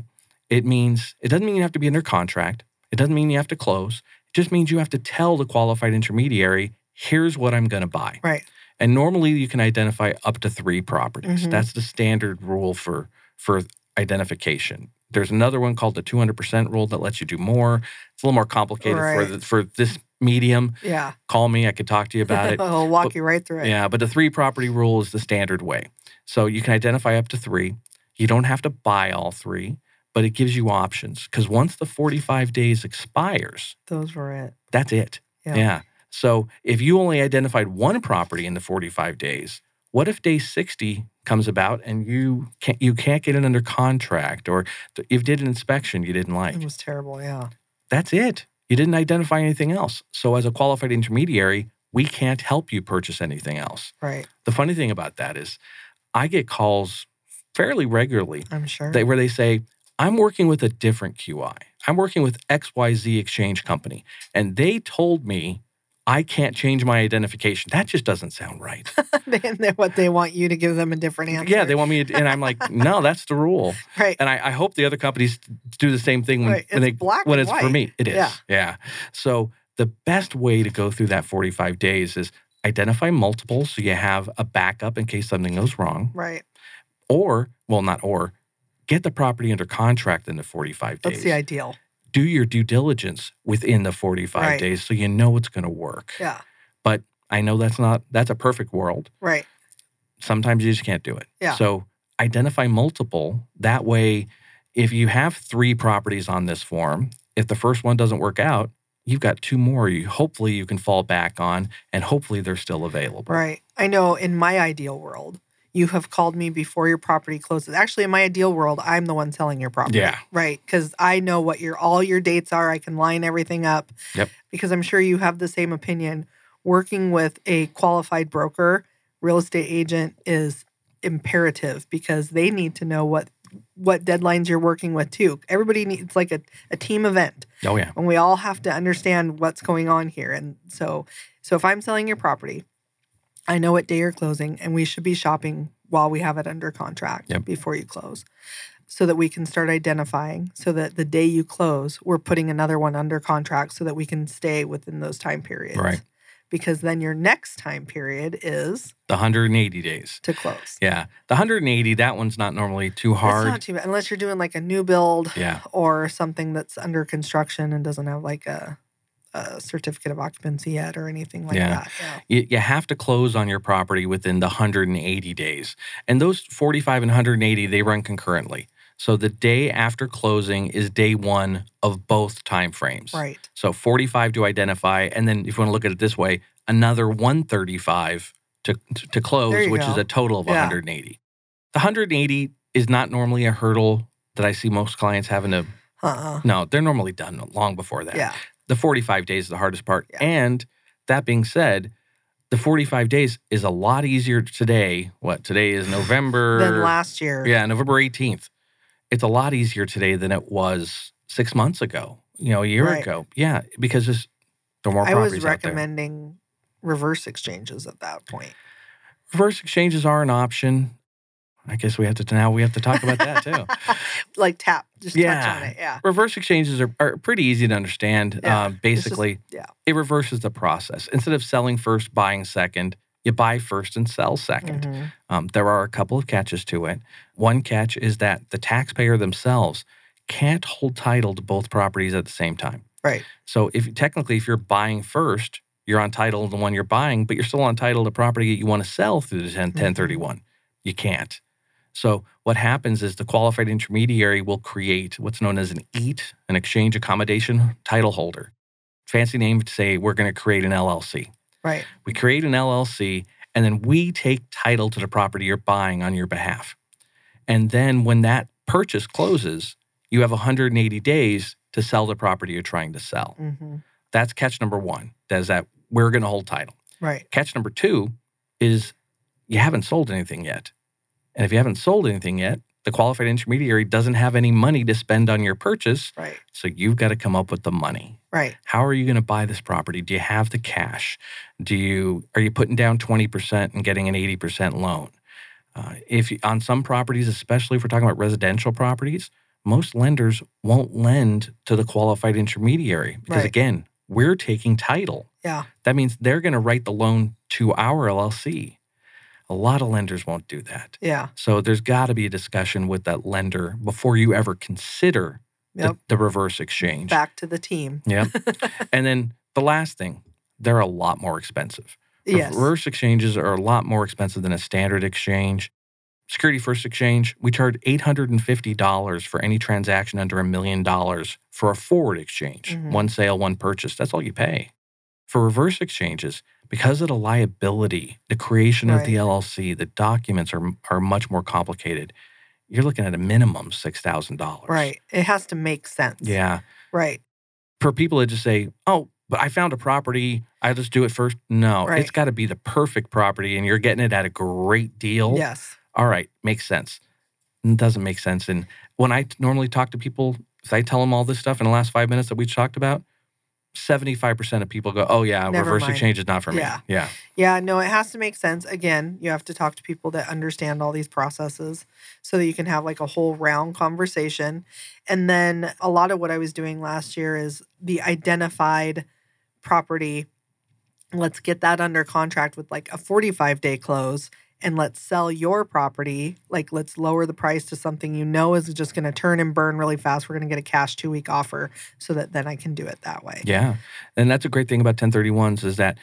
Speaker 3: it means it doesn't mean you have to be under contract. It doesn't mean you have to close. It just means you have to tell the qualified intermediary, here's what I'm going to buy.
Speaker 2: Right.
Speaker 3: And normally you can identify up to three properties.
Speaker 2: Mhm.
Speaker 3: That's the standard rule for for identification. There's another one called the 200% rule that lets you do more. It's a little more complicated for
Speaker 2: Right.
Speaker 3: the, for this medium. [LAUGHS]
Speaker 2: Yeah.
Speaker 3: Call me, I could talk to
Speaker 2: [LAUGHS]
Speaker 3: you about it.
Speaker 2: I'll walk
Speaker 3: But-
Speaker 2: you right through it.
Speaker 3: Yeah, but the three property rule is the standard way. So you can identify up to three. You don't have to buy all three, but it gives you options because once the 45 days expires,
Speaker 2: Those were it.
Speaker 3: that's it.
Speaker 2: Yeah.
Speaker 3: So if you only identified one property in the 45 days, what if day 60 comes about and you can't you can't get it under contract or th- you did an inspection you didn't like?
Speaker 2: It was terrible. Yeah.
Speaker 3: That's it. You didn't identify anything else. So as a qualified intermediary, we can't help you purchase anything else.
Speaker 2: Right.
Speaker 3: The funny thing about that is I get calls fairly regularly
Speaker 2: I'm sure. [LAUGHS]
Speaker 3: that, where they say, I'm working with a different QI. I'm working with XYZ Exchange Company. And they told me I can't change my identification. That just doesn't
Speaker 2: [LAUGHS]
Speaker 3: sound right.
Speaker 2: and they're what they want you to give them a different answer.
Speaker 3: yeah, they want me to, and I'm like, no, that's the rule.
Speaker 2: right.
Speaker 3: And I, I hope the other companies do the same thing when,
Speaker 2: Right,
Speaker 3: when
Speaker 2: it's
Speaker 3: they
Speaker 2: black
Speaker 3: when
Speaker 2: and
Speaker 3: it's for
Speaker 2: white.
Speaker 3: me. It is.
Speaker 2: Yeah.
Speaker 3: yeah. So the best way to go through that 45 days is identify multiple so you have a backup in case something goes wrong.
Speaker 2: Right.
Speaker 3: or well not or get the property under contract in the 45
Speaker 2: That's
Speaker 3: days
Speaker 2: the ideal.
Speaker 3: do your due diligence within the 45
Speaker 2: Right.
Speaker 3: days so you know it's going to work
Speaker 2: Yeah.
Speaker 3: i know that's not that's a perfect world
Speaker 2: Right.
Speaker 3: sometimes you just can't do it
Speaker 2: Yeah.
Speaker 3: so identify multiple that way if you have three properties on this form if the first one doesn't work out you've got two more you hopefully you can fall back on and hopefully they're still available
Speaker 2: Right. I know in my ideal world, you have called me before your property closes. Actually, in my ideal world, I'm the one selling your property.
Speaker 3: Yeah.
Speaker 2: Right. Because I know what your all your dates are. I can line everything up.
Speaker 3: Yep.
Speaker 2: Because I'm sure you have the same opinion. Working with a qualified broker, real estate agent is imperative because they need to know what what deadlines you're working with too. Everybody needs it's like a, a team event
Speaker 3: oh yeah
Speaker 2: and we all have to understand what's going on here and so so if i'm selling your property i know what day you're closing and we should be shopping while we have it under contract
Speaker 3: Yep.
Speaker 2: before you close so that we can start identifying so that the day you close we're putting another one under contract so that we can stay within those time periods
Speaker 3: Right.
Speaker 2: because then your next time period is
Speaker 3: the 180 days
Speaker 2: to close
Speaker 3: yeah the 180 that one's not normally too hard
Speaker 2: it's not too bad unless you're doing like a new build
Speaker 3: yeah
Speaker 2: or something that's under construction and doesn't have like a, a certificate of occupancy yet or anything like
Speaker 3: Yeah.
Speaker 2: that. Yeah.
Speaker 3: you, you have to close on your property within the 180 days. And those 45 and 180, they run concurrently. So the day after closing is day one of both timeframes.
Speaker 2: Right.
Speaker 3: So 45 to identify. And then if you want to look at it this way, another 135 to, to, to close,
Speaker 2: you
Speaker 3: which is
Speaker 2: go.
Speaker 3: a total of
Speaker 2: Yeah.
Speaker 3: 180. The 180 is not normally a hurdle that I see most clients having to,
Speaker 2: Uh-uh.
Speaker 3: no, they're normally done long before that
Speaker 2: Yeah.
Speaker 3: the 45 days is the hardest part.
Speaker 2: Yeah.
Speaker 3: And that being said, the the 45 days is a lot easier today. What today is November?
Speaker 2: [SIGHS] than last year.
Speaker 3: Yeah, November 18th. It's a lot easier today than it was six months ago, you know, a year
Speaker 2: Right.
Speaker 3: ago. Yeah, because there's there are more
Speaker 2: I was
Speaker 3: properties out there.
Speaker 2: recommending reverse exchanges at that point.
Speaker 3: Reverse exchanges are an option. I guess we have to now we have to talk about that too.
Speaker 2: like tap, just touch on
Speaker 3: Yeah.
Speaker 2: it. Yeah.
Speaker 3: Reverse exchanges are, are pretty easy to understand.
Speaker 2: Yeah,
Speaker 3: Uh, basically,
Speaker 2: yeah.
Speaker 3: it reverses the process. Instead of selling first, buying second, you buy first and sell 2nd
Speaker 2: Mhm.
Speaker 3: Um, there are a couple of catches to it. One catch is that the taxpayer themselves can't hold title to both properties at the same time.
Speaker 2: Right.
Speaker 3: So if technically, if you're buying first, you're on title to the one you're buying, but you're still on title to property that you want to sell through the 10, 1031. You can't. So what happens is the qualified intermediary will create what's known as an EAT, an exchange accommodation title holder. Fancy name to say we're going to create an LLC.
Speaker 2: Right.
Speaker 3: We create an LLC and then we take title to the property you're buying on your behalf. And then when that purchase closes, you have 180 days to sell the property you're trying to sell.
Speaker 2: hmm
Speaker 3: That's catch number one. That's that we're going to hold title.
Speaker 2: Right.
Speaker 3: Catch number two is you haven't sold anything yet. And if you haven't sold anything yet, the qualified intermediary doesn't have any money to spend on your purchase.
Speaker 2: Right.
Speaker 3: So you've got to come up with the money.
Speaker 2: Right.
Speaker 3: How are you going to buy this property? Do you have the cash? Do you are you putting down 20% and getting an 80% loan? Uh, if you, on some properties, especially if we're talking about residential properties, most lenders won't lend to the qualified intermediary because
Speaker 2: Right.
Speaker 3: again, we're taking title.
Speaker 2: Yeah.
Speaker 3: That means they're going to write the loan to our LLC. A lot of lenders won't do that.
Speaker 2: Yeah.
Speaker 3: So there's got to be a discussion with that lender before you ever consider the-
Speaker 2: Yep.
Speaker 3: the, reverse exchange.
Speaker 2: Back to the team.
Speaker 3: Yeah. and then the last thing, they're a lot more expensive.
Speaker 2: Yes.
Speaker 3: Reverse exchanges are a lot more expensive than a standard exchange. Security First Exchange, we charge $850 for any transaction under a million dollars for a forward exchange,
Speaker 2: Mhm.
Speaker 3: one sale, one purchase. That's all you pay. For reverse exchanges, because of the liability, the creation of the
Speaker 2: Right.
Speaker 3: LLC, the documents are, are much more complicated. You're looking at a minimum $6,000.
Speaker 2: Right. It has to make sense.
Speaker 3: Yeah
Speaker 2: Right.
Speaker 3: for people to just say, oh, but I found a property, I just do it first. No,
Speaker 2: Right.
Speaker 3: it's got to be the perfect property and you're getting it at a great deal.
Speaker 2: Yes.
Speaker 3: All right, makes sense. It doesn't make sense. And when I t- normally talk to people, if I tell them all this stuff in the last five minutes that we talked about, 75% of people go, oh, yeah,
Speaker 2: Never
Speaker 3: reverse
Speaker 2: mind.
Speaker 3: exchange is not for me.
Speaker 2: Yeah.
Speaker 3: yeah.
Speaker 2: Yeah. No, it has to make sense. Again, you have to talk to people that understand all these processes so that you can have like a whole round conversation. And then a lot of what I was doing last year is the identified property. Let's get that under contract with like a 45 day close and let's sell your property. Like, let's lower the price to something you know is just going to turn and burn really fast. We're going to get a cash two week offer so that then I can do it that way.
Speaker 3: Yeah. And that's a great thing about 1031s is that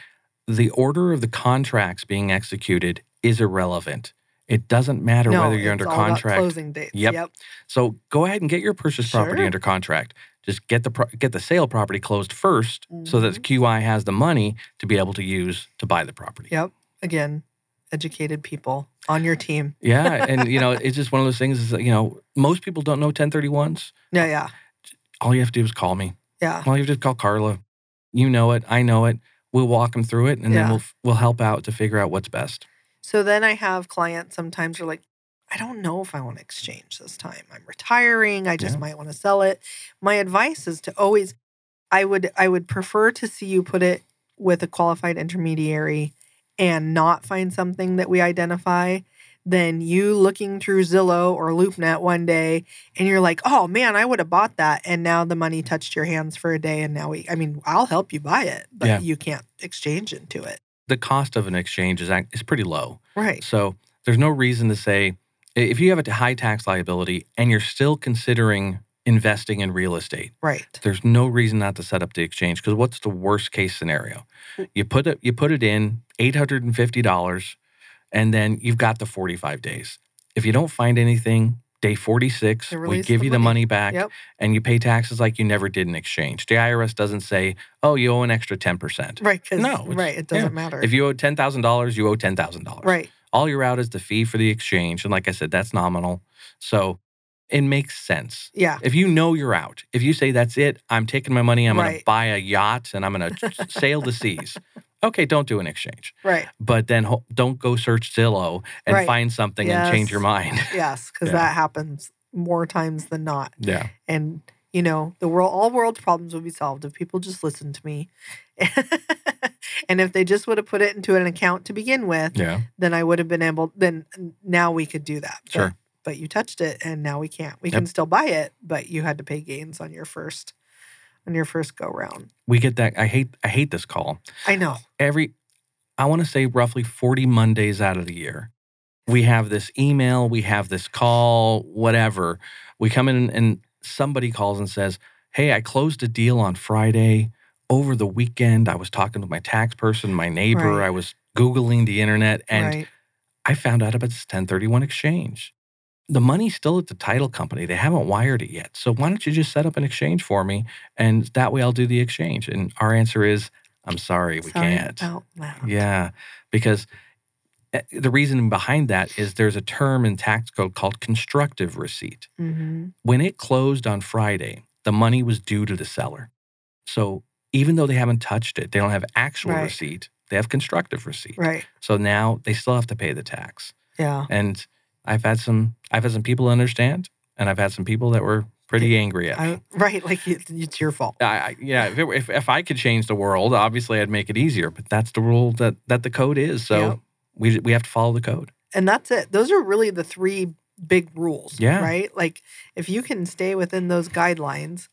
Speaker 3: the order of the contracts being executed is irrelevant. It doesn't matter
Speaker 2: No,
Speaker 3: whether you're
Speaker 2: it's
Speaker 3: under
Speaker 2: all about
Speaker 3: contract
Speaker 2: closing dates.
Speaker 3: Yep.
Speaker 2: yep.
Speaker 3: So go ahead and get your purchase property
Speaker 2: Sure.
Speaker 3: under contract. Just get the pro- get the sale property closed 1st so
Speaker 2: Mm-hmm.
Speaker 3: that the QI has the money to be able to use to buy the property.
Speaker 2: Yep. Again, educated people on your team.
Speaker 3: Yeah, and
Speaker 2: [LAUGHS]
Speaker 3: you know, it's just one of those things is that, you know, most people don't know 1031s.
Speaker 2: No, yeah.
Speaker 3: All you have to do is call me.
Speaker 2: Yeah.
Speaker 3: All you have to do is call Carla. You know it, I know it. We'll walk them through it and then
Speaker 2: Yeah.
Speaker 3: we'll f- we'll help out to figure out what's best.
Speaker 2: So then I have clients sometimes are like, I don't know if I want to exchange this time. I'm retiring. I just
Speaker 3: Yeah.
Speaker 2: might want to sell it. My advice is to always I would I would prefer to see you put it with a qualified intermediary and not find something that we identify than you looking through Zillow or LoopNet one day and you're like, "Oh man, I would have bought that." And now the money touched your hands for a day and now we I mean, I'll help you buy it, but
Speaker 3: Yeah.
Speaker 2: you can't exchange into it.
Speaker 3: The cost of an exchange is act- is pretty low.
Speaker 2: Right.
Speaker 3: So there's no reason to say i- if you have a high tax liability and you're still considering investing in real estate,
Speaker 2: Right.
Speaker 3: there's no reason not to set up the exchange because what's the worst case scenario?
Speaker 2: Mm.
Speaker 3: You put it you put it in eight hundred and fifty dollars, and then you've got the forty five days. If you don't find anything, day forty six,
Speaker 2: They
Speaker 3: we
Speaker 2: release
Speaker 3: give
Speaker 2: the
Speaker 3: you the
Speaker 2: money.
Speaker 3: money back,
Speaker 2: Yep.
Speaker 3: and you pay taxes like you never did in exchange. The IRS doesn't say, "Oh, you owe an extra ten percent."
Speaker 2: Right. 'cause-
Speaker 3: No, it's-
Speaker 2: right. It
Speaker 3: yeah.
Speaker 2: doesn't matter.
Speaker 3: If you owe ten thousand dollars, you owe ten thousand dollars.
Speaker 2: right.
Speaker 3: All you're out is the fee for the exchange. And like I said, that's nominal. So it makes sense.
Speaker 2: Yeah.
Speaker 3: If you know you're out, if you say, that's it, I'm taking my money, I'm going
Speaker 2: Right.
Speaker 3: to buy a yacht and I'm going to sail the seas, Okay, don't do an exchange,
Speaker 2: Right.
Speaker 3: but then ho- don't go search Zillow and
Speaker 2: Right.
Speaker 3: find something and change your
Speaker 2: Yes.
Speaker 3: mind. [LAUGHS]
Speaker 2: Yes, because
Speaker 3: Yeah.
Speaker 2: that happens more times than not.
Speaker 3: yeah.
Speaker 2: And you know, the world, all world's problems would be solved if people just listened to me. [LAUGHS] and if they just would have put it into an account to begin with,
Speaker 3: Yeah.
Speaker 2: then I would have been able. Then now we could do that. But-
Speaker 3: Sure.
Speaker 2: But, you touched it, and now we can't. We
Speaker 3: Yep.
Speaker 2: can still buy it, but you had to pay gains on your first, on your first go round.
Speaker 3: We get that. I hate I hate this call.
Speaker 2: I know.
Speaker 3: every I want to say roughly 40 Mondays out of the year. We have this email, we have this call, whatever. We come in and somebody calls and says, "Hey, I closed a deal on Friday over the weekend. I was talking with my tax person, my neighbor,
Speaker 2: Right.
Speaker 3: I was googling the internet and
Speaker 2: right.
Speaker 3: I found out about this 1031 exchange. The money's still at the title company. They haven't wired it yet. So why don't you just set up an exchange for me? And that way I'll do the exchange. And our answer is, I'm sorry, we
Speaker 2: Sorry
Speaker 3: can't.
Speaker 2: Out loud.
Speaker 3: Yeah, because uh, the reason behind that is there's a term in tax code called constructive receipt.
Speaker 2: hmm
Speaker 3: When it closed on Friday, the money was due to the seller. So even though they haven't touched it, they don't have actual
Speaker 2: Right.
Speaker 3: receipt, they have constructive receipt.
Speaker 2: Right.
Speaker 3: So now they still have to pay the tax.
Speaker 2: Yeah.
Speaker 3: And I've had some I've had some people understand and I've had some people that were pretty angry at me.
Speaker 2: I, Uh, [LAUGHS] right. Like it, it's your fault.
Speaker 3: I, I yeah, if, it, were- if if I could change the world, obviously I'd make it easier. But that's the rule that that the code is. So
Speaker 2: Yeah.
Speaker 3: we we have to follow the code.
Speaker 2: and that's it. Those are really the three big rules,
Speaker 3: Yeah.
Speaker 2: right? Like if you can stay within those guidelines,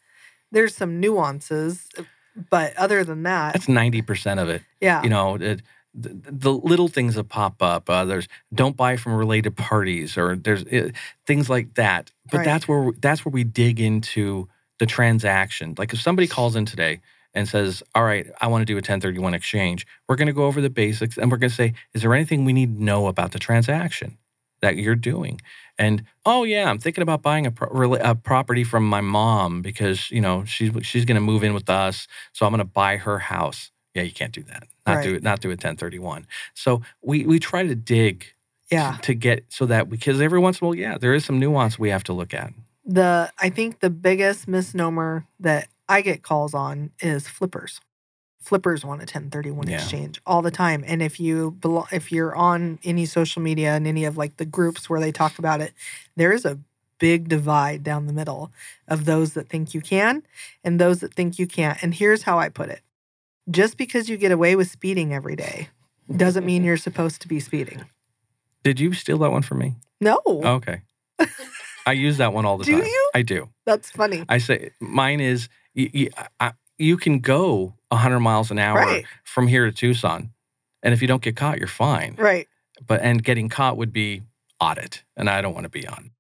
Speaker 2: there's some nuances, but other than that,
Speaker 3: That's ninety percent of it.
Speaker 2: yeah,
Speaker 3: You know, it, the, the little things that pop up. Uh, there's don't buy from related parties, or there's uh things like that. But
Speaker 2: Right.
Speaker 3: that's where we- that's where we dig into the transaction. Like if somebody calls in today and says, "All right, I want to do a 1031 exchange," we're going to go over the basics and we're going to say, "Is there anything we need to know about the transaction?" that you're doing. And oh yeah, I'm thinking about buying a, pro- rela- a property from my mom because you know she's she's going to move in with us, so I'm going to buy her house. Yeah, you can't do that. Not do
Speaker 2: Right.
Speaker 3: it. Not do a 1031. So we we try to dig
Speaker 2: yeah.
Speaker 3: to get so that because every once in a while, yeah, there is some nuance we have to look at.
Speaker 2: The I think the biggest misnomer that I get calls on is flippers. Flippers want a 1031
Speaker 3: Yeah.
Speaker 2: exchange all the time, and if you belo- if you're on any social media and any of like the groups where they talk about it, there is a big divide down the middle of those that think you can and those that think you can't. And here's how I put it just because you get away with speeding every day doesn't mean you're supposed to be speeding.
Speaker 3: Did you steal that one from me?
Speaker 2: No,
Speaker 3: Okay. I use that one all Oh, the
Speaker 2: Do
Speaker 3: time.
Speaker 2: you?
Speaker 3: I do.
Speaker 2: that's funny.
Speaker 3: I say mine is you, you, I, you can go 100 miles an hour
Speaker 2: Right.
Speaker 3: from here to Tucson, and if you don't get caught, you're fine.
Speaker 2: Right.
Speaker 3: But and getting caught would be audit, and I don't want to be on.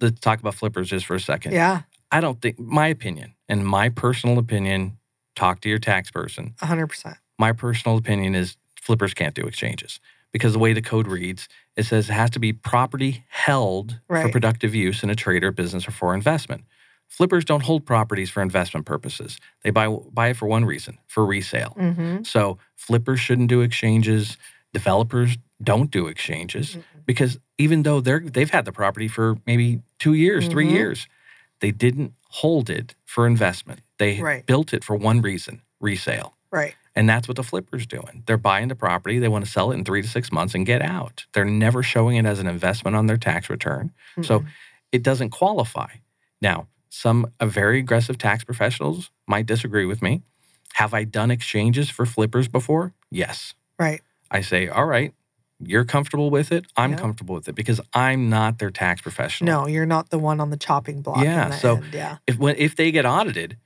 Speaker 3: Let's talk about flippers just for a second.
Speaker 2: Yeah.
Speaker 3: I don't think my opinion and my personal opinion. Talk to your tax person.
Speaker 2: 100%.
Speaker 3: My personal opinion is flippers can't do exchanges because the way the code reads, it says it has to be property held for
Speaker 2: Right.
Speaker 3: productive use in a trade or business or for investment. Flippers don't hold properties for investment purposes. They buy buy it for one reason, for resale.
Speaker 2: Mm-hmm.
Speaker 3: So flippers shouldn't do exchanges. Developers don't do
Speaker 2: Mm-hmm.
Speaker 3: exchanges because even though they're they've had the property for maybe two years, three
Speaker 2: Mhm.
Speaker 3: years, they didn't hold it for investment. They
Speaker 2: Right.
Speaker 3: built it for one reason, resale.
Speaker 2: Right.
Speaker 3: And that's what the flipper's doing. They're buying the property, they want to sell it in three to six months and get out. They're never showing it as an investment on their tax return. So
Speaker 2: Mm-mm.
Speaker 3: it doesn't qualify. Now, some uh, very aggressive tax professionals might disagree with me. Have I done exchanges for flippers before? Yes.
Speaker 2: right.
Speaker 3: I say, all right, you're comfortable with it. I'm
Speaker 2: Yeah.
Speaker 3: comfortable with it because I'm not their tax professional.
Speaker 2: No, you're not the one on the chopping block.
Speaker 3: Yeah,
Speaker 2: in the
Speaker 3: so-
Speaker 2: end, yeah.
Speaker 3: if when if they get audited,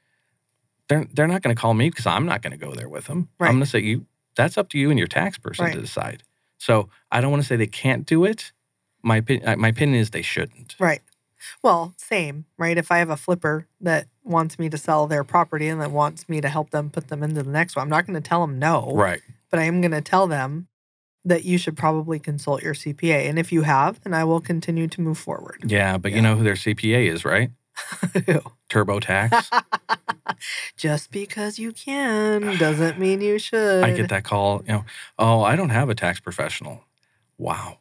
Speaker 3: they're they're not going to call me because I'm not going to go there with them.
Speaker 2: Right.
Speaker 3: I'm going to say you. That's up to you and your tax person
Speaker 2: Right.
Speaker 3: to decide. So I don't want to say they can't do it. My opinion, my opinion is they shouldn't.
Speaker 2: Right. Well, same, right? If I have a flipper that wants me to sell their property and that wants me to help them put them into the next one, I'm not going to tell them no,
Speaker 3: Right.
Speaker 2: but I am going to tell them that you should probably consult your CPA. And if you have, then I will continue to move
Speaker 3: [LAUGHS]
Speaker 2: forward. [LAUGHS]
Speaker 3: Yeah, but
Speaker 2: Yeah.
Speaker 3: you know who their CPA is, right? TurboTax.
Speaker 2: [LAUGHS] Just because you can doesn't mean you should.
Speaker 3: I get that call, you know, oh, I don't have a tax professional. Wow.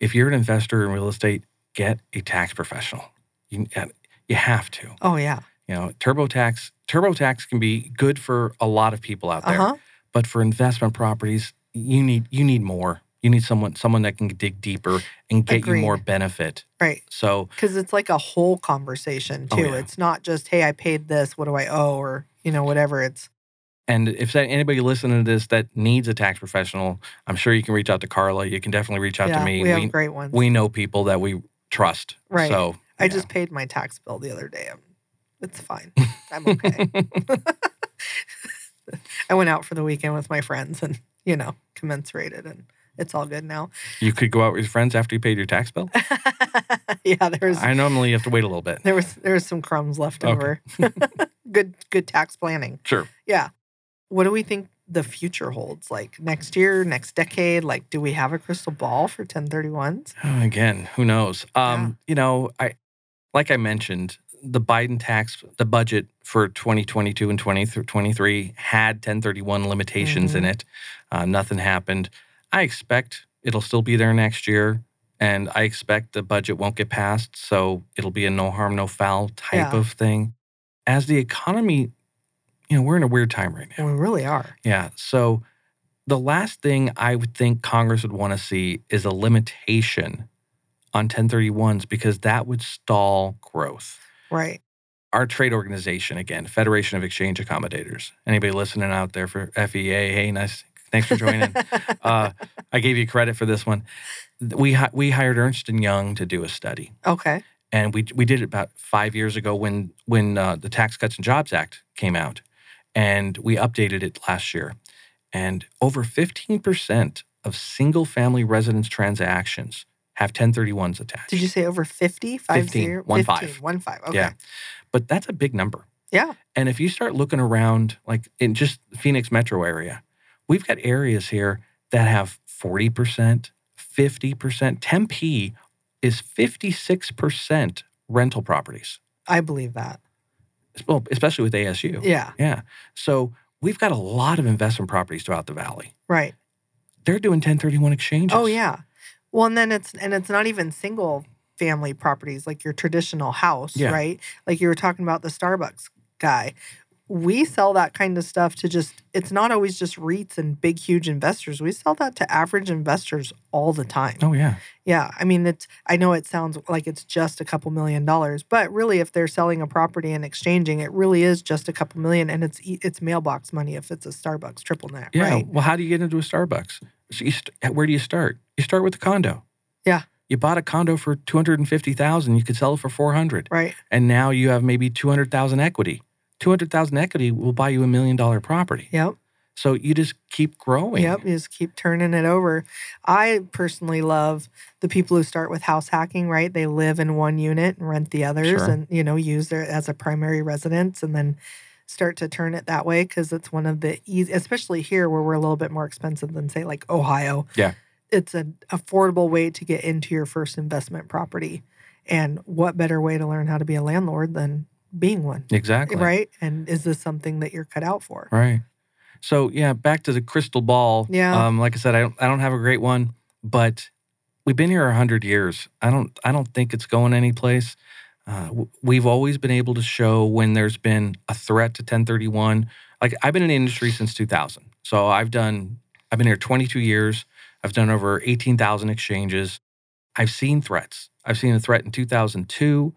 Speaker 3: If you're an investor in real estate, get a tax professional. You uh, you have to.
Speaker 2: Oh, yeah.
Speaker 3: You know, TurboTax, TurboTax can be good for a lot of people out
Speaker 2: Uh
Speaker 3: there,
Speaker 2: huh.
Speaker 3: But for investment properties, you need you need more. You need someone someone that can dig deeper and get you more
Speaker 2: Agreed.
Speaker 3: benefit.
Speaker 2: Right.
Speaker 3: So
Speaker 2: Because it's like a whole conversation
Speaker 3: Oh,
Speaker 2: too.
Speaker 3: yeah.
Speaker 2: It's not just, hey, I paid this. What do I owe? Or, you know, whatever. It's
Speaker 3: And if that- anybody listening to this that needs a tax professional, I'm sure you can reach out to Carla. You can definitely reach out
Speaker 2: yeah,
Speaker 3: to me.
Speaker 2: we have
Speaker 3: we,
Speaker 2: great ones.
Speaker 3: we know people that we trust.
Speaker 2: Right.
Speaker 3: So
Speaker 2: I
Speaker 3: yeah.
Speaker 2: just paid my tax bill the other day. I'm, it's fine. I'm
Speaker 3: [LAUGHS]
Speaker 2: okay. [LAUGHS] I went out for the weekend with my friends and, you know, commensurated and it's all good now. [LAUGHS]
Speaker 3: you could go out with your friends after you paid your tax bill.
Speaker 2: yeah, there was
Speaker 3: I normally have to wait a little bit.
Speaker 2: there was there was some crumbs left
Speaker 3: Okay.
Speaker 2: over. [LAUGHS] good good tax planning.
Speaker 3: Sure.
Speaker 2: Yeah. What do we think the future holds? Like next year, next decade? Like, do we have a crystal ball for 1031s?
Speaker 3: [SIGHS] Again, who knows? Um,
Speaker 2: Yeah.
Speaker 3: You know, I like I mentioned, the Biden tax, the budget for 2022 and 2023 had 1031 limitations
Speaker 2: Mm-hmm.
Speaker 3: in it. Uh, nothing happened. I expect it'll still be there next year. And I expect the budget won't get passed. So it'll be a no harm, no foul type
Speaker 2: Yeah.
Speaker 3: of thing. As the economy, you know, we're in a weird time right now.
Speaker 2: We really are.
Speaker 3: Yeah. So the last thing I would think Congress would want to see is a limitation on 1031s because that would stall growth.
Speaker 2: Right.
Speaker 3: Our trade organization, again, Federation of Exchange Accommodators. Anybody listening out there for FEA? Hey, nice. Thanks
Speaker 2: [LAUGHS]
Speaker 3: for joining. uh, I gave you credit for this one. We hi- we hired Ernst and Young to do a study,
Speaker 2: okay.
Speaker 3: and we we did it about five years ago when when uh, the Tax Cuts and Jobs Act came out, and we updated it last year, and over fifteen percent of single family residence transactions have 1031s attached.
Speaker 2: Did you say over 50? Five
Speaker 3: 15,
Speaker 2: zero?
Speaker 3: one
Speaker 2: 15,
Speaker 3: five.
Speaker 2: one five. Okay.
Speaker 3: Yeah, but that's a big number.
Speaker 2: Yeah.
Speaker 3: And if you start looking around, like in just Phoenix metro area, we've got areas here that have 40%, 50%. Tempe is 56% rental properties,
Speaker 2: I believe that.
Speaker 3: well, especially with ASU.
Speaker 2: Yeah.
Speaker 3: Yeah. So we've got a lot of investment properties throughout the valley.
Speaker 2: Right.
Speaker 3: They're doing 1031 exchanges.
Speaker 2: Oh yeah. Well, and then it's and it's not even single family properties like your traditional house,
Speaker 3: Yeah.
Speaker 2: right? Like you were talking about the Starbucks guy. We sell that kind of stuff to just it's not always just REITs and big huge investors. We sell that to average investors all the time.
Speaker 3: Oh, yeah.
Speaker 2: Yeah, I mean it's I know it sounds like it's just a couple million dollars, but really if they're selling a property and exchanging, it really is just a couple million and it's e- it's mailbox money if it's a Starbucks triple net,
Speaker 3: Yeah.
Speaker 2: right?
Speaker 3: Well, how do you get into a Starbucks? So you st- where do you start? You start with a condo.
Speaker 2: Yeah.
Speaker 3: You bought a condo for 250,000, you could sell it for 400.
Speaker 2: Right.
Speaker 3: and now you have maybe 200,000 equity. 200,000 equity will buy you a million dollar property.
Speaker 2: Yep.
Speaker 3: So you just keep growing.
Speaker 2: Yep, you just keep turning it over. I personally love the people who start with house hacking, right? They live in one unit and rent the others
Speaker 3: Sure.
Speaker 2: and, you know, use their as a primary residence and then start to turn it that way because it's one of the easy, especially here where we're a little bit more expensive than, say, like Ohio.
Speaker 3: Yeah.
Speaker 2: It's an affordable way to get into your first investment property. And what better way to learn how to be a landlord than being one,
Speaker 3: Exactly.
Speaker 2: right? And is this something that you're cut out for?
Speaker 3: Right. So yeah, back to the crystal ball.
Speaker 2: Yeah.
Speaker 3: Um, like I said, I don't, I don't have a great one, but we've been here a hundred years. I don't I don't think it's going anyplace. Uh, w- we've always been able to show when there's been a threat to 1031. Like I've been in the industry since 2000, so I've done I've been here 22 years. I've done over 18,000 exchanges. I've seen threats. I've seen a threat in 2002,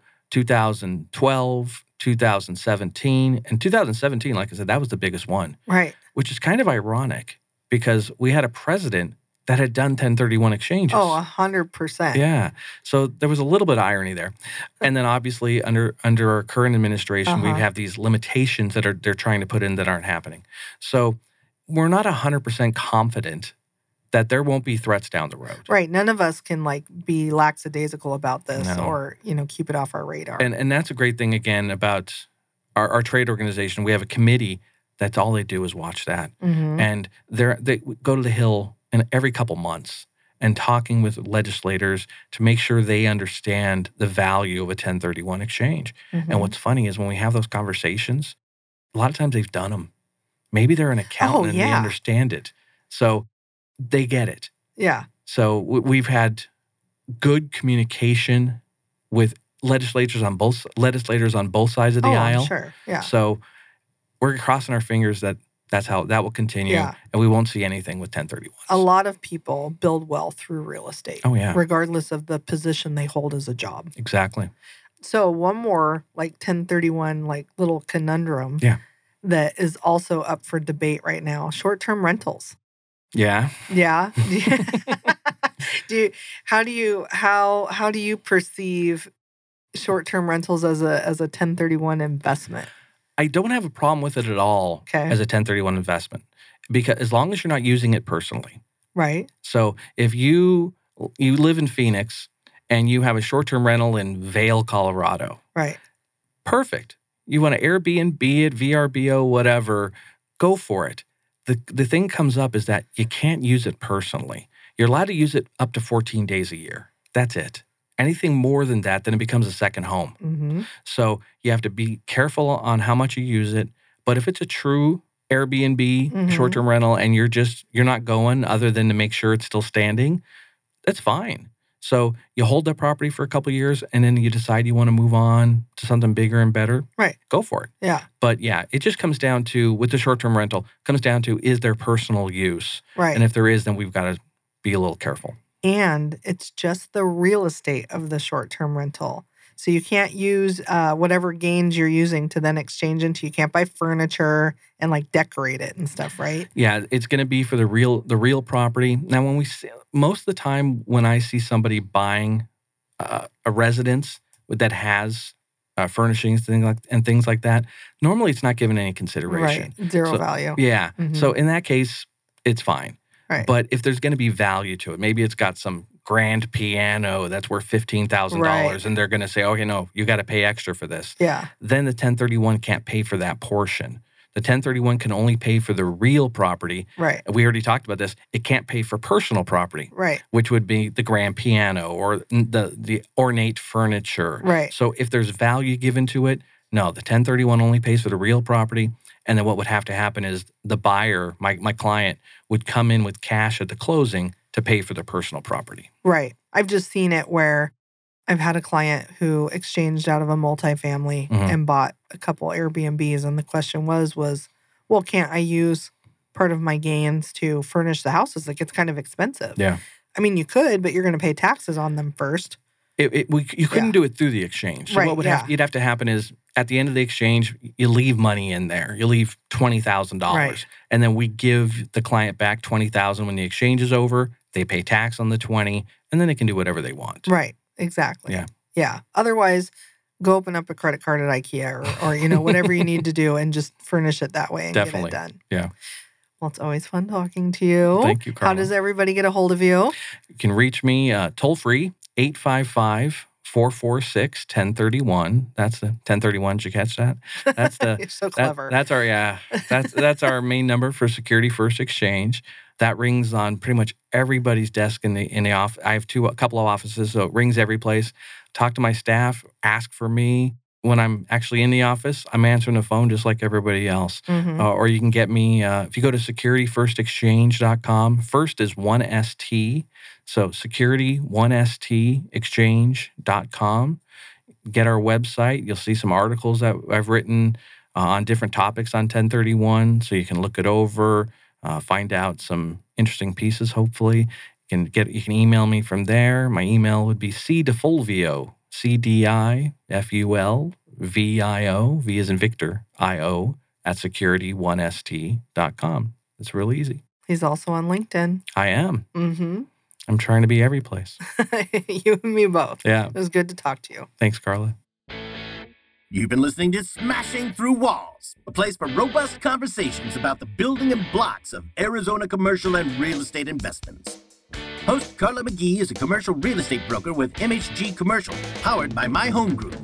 Speaker 3: 2012, 2017, and 2017. Like I said, that was the biggest one
Speaker 2: Right.
Speaker 3: which is kind of ironic because we had a president that had done 1031 exchanges.
Speaker 2: Oh, a 100%.
Speaker 3: yeah. So there was a little bit of irony there. And then obviously under under our current administration,
Speaker 2: Uh-huh.
Speaker 3: we have these limitations that are they're trying to put in that aren't happening. So we're not 100% confident that there won't be threats down the road.
Speaker 2: Right. None of us can like be lackadaisical about this
Speaker 3: No.
Speaker 2: or, you know, keep it off our radar.
Speaker 3: And and that's a great thing again about our, our trade organization. We have a committee that's all they do is watch that.
Speaker 2: Mhm.
Speaker 3: and they're, they go to the hill and every couple months and talking with legislators to make sure they understand the value of a 1031 exchange.
Speaker 2: Mhm.
Speaker 3: And what's funny is when we have those conversations, a lot of times they've done them. Maybe they're an accountant and they
Speaker 2: Oh, yeah.
Speaker 3: understand it. So they get it.
Speaker 2: yeah.
Speaker 3: So w- we've had good communication with legislators on both legislators on both sides of the
Speaker 2: oh,
Speaker 3: aisle.
Speaker 2: I'm sure. Yeah.
Speaker 3: So we're crossing our fingers that That's how that will continue,
Speaker 2: Yeah.
Speaker 3: and we won't see anything with 1031s.
Speaker 2: A lot of people build wealth through real estate,
Speaker 3: Oh yeah,
Speaker 2: regardless of the position they hold as a job.
Speaker 3: exactly.
Speaker 2: So one more like 1031 like little conundrum
Speaker 3: Yeah.
Speaker 2: that is also up for debate right now. Short-term rentals.
Speaker 3: Yeah, [LAUGHS]
Speaker 2: Yeah. [LAUGHS] do you, how do you how how do you perceive short-term rentals as a as a 1031 investment?
Speaker 3: I don't have a problem with it at all
Speaker 2: Okay.
Speaker 3: as a 1031 investment because as long as you're not using it personally.
Speaker 2: right?
Speaker 3: So if you you live in Phoenix and you have a short-term rental in Vail, Colorado,
Speaker 2: Right.
Speaker 3: perfect. You want to Airbnb it, VRBO, whatever, go for it. The the thing comes up is that you can't use it personally. You're allowed to use it up to 14 days a year. That's it. Anything more than that, then it becomes a second home.
Speaker 2: Mhm.
Speaker 3: So you have to be careful on how much you use it. But if it's a true Airbnb
Speaker 2: Mhm.
Speaker 3: short-term rental and you're just you're not going other than to make sure it's still standing, that's fine. So you hold that property for a couple years and then you decide you want to move on to something bigger and better.
Speaker 2: Right.
Speaker 3: Go for it.
Speaker 2: Yeah.
Speaker 3: But yeah, it just comes down to with the short-term rental, comes down to is there personal use?
Speaker 2: Right.
Speaker 3: And if there is, then we've got to be a little careful.
Speaker 2: and it's just the real estate of the short term rental. So you can't use uh, whatever gains you're using to then exchange into. You can't buy furniture and like decorate it and stuff, right?
Speaker 3: Yeah, it's going to be for the real the real property. Now, when we see, most of the time when I see somebody buying uh, a residence with- that has uh, furnishings thing like and things like that, normally it's not given any consideration.
Speaker 2: Right. Zero
Speaker 3: So-
Speaker 2: value.
Speaker 3: Yeah.
Speaker 2: Mhm.
Speaker 3: So in that case, it's fine.
Speaker 2: Right.
Speaker 3: But if there's going to be value to it, maybe it's got some grand piano that's worth fifteen thousand dollars,
Speaker 2: Right.
Speaker 3: and they're going to say, "Okay, no, you got to pay extra for this."
Speaker 2: Yeah.
Speaker 3: then the 1031 can't pay for that portion. The 1031 can only pay for the real property.
Speaker 2: Right.
Speaker 3: We already talked about this. It can't pay for personal property,
Speaker 2: Right.
Speaker 3: which would be the grand piano or the the ornate furniture.
Speaker 2: Right.
Speaker 3: So if there's value given to it, no, the 1031 only pays for the real property. And then what would have to happen is the buyer, my, my client, would come in with cash at the closing to pay for the personal property.
Speaker 2: Right. I've just seen it where I've had a client who exchanged out of a multifamily
Speaker 3: Mhm.
Speaker 2: and bought a couple Airbnbs and the question was was, well, can't I use part of my gains to furnish the houses? Like it's kind of expensive.
Speaker 3: Yeah.
Speaker 2: I mean, you could, but you're going to pay taxes on them first.
Speaker 3: It, it, we, you couldn't
Speaker 2: Yeah.
Speaker 3: do it through the exchange. So
Speaker 2: Right,
Speaker 3: what would have,
Speaker 2: yeah.
Speaker 3: you'd have to happen is at the end of the exchange, you leave money in there. You leave twenty thousand dollars,
Speaker 2: Right.
Speaker 3: and then we give the client back twenty thousand when the exchange is over. They pay tax on the twenty, and then they can do whatever they want.
Speaker 2: Right. Exactly.
Speaker 3: Yeah.
Speaker 2: Yeah. Otherwise, go open up a credit card at IKEA or, or you know, whatever you
Speaker 3: [LAUGHS]
Speaker 2: need to do and just furnish it that way and
Speaker 3: Definitely.
Speaker 2: get it done.
Speaker 3: Yeah.
Speaker 2: Well, it's always fun talking to you.
Speaker 3: Thank you,
Speaker 2: How
Speaker 3: Carla.
Speaker 2: does everybody get a hold of you?
Speaker 3: You can reach me uh, toll free 855 446 1031. That's the 1031. Did you catch that?
Speaker 2: [LAUGHS]
Speaker 3: That's the
Speaker 2: You're so
Speaker 3: That-
Speaker 2: clever.
Speaker 3: that's our yeah. That's that's our main number for Security First Exchange. That rings on pretty much everybody's desk in the in the off. I have two a couple of offices, so it rings every place. Talk to my staff, ask for me when I'm actually in the office. I'm answering the phone just like everybody else.
Speaker 2: Mhm.
Speaker 3: Uh, or you can get me uh, if you go to securityfirstexchange.com. First is one st, so security one st exchange.com. Get our website. You'll see some articles that I've written uh, on different topics on 1031, so you can look it over, uh, find out some interesting pieces. Hopefully, you can get you can email me from there. My email would be c defulvio c d i f u l v i o v is in Victor i o at security1st.com. It's real easy.
Speaker 2: He's also on LinkedIn.
Speaker 3: I am.
Speaker 2: hmm
Speaker 3: I'm trying to be every place.
Speaker 2: [LAUGHS] you and me both.
Speaker 3: Yeah.
Speaker 2: It was good to talk to you.
Speaker 3: Thanks, Carla.
Speaker 1: You've been listening to Smashing Through Walls, a place for robust conversations about the building and blocks of Arizona commercial and real estate investments. Host Carla McGee is a commercial real estate broker with MHG Commercial, powered by My Home Group.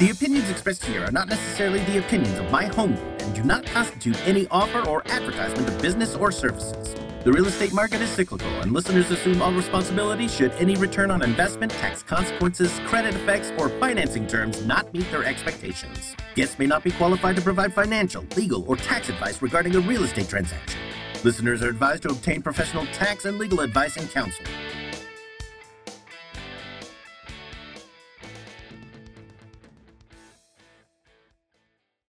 Speaker 1: The opinions expressed here are not necessarily the opinions of My Home Group and do not constitute any offer or advertisement of business or services. The real estate market is cyclical, and listeners assume all responsibility should any return on investment, tax consequences, credit effects, or financing terms not meet their expectations. Guests may not be qualified to provide financial, legal, or tax advice regarding a real estate transaction. Listeners are advised to obtain professional tax and legal advice and counsel.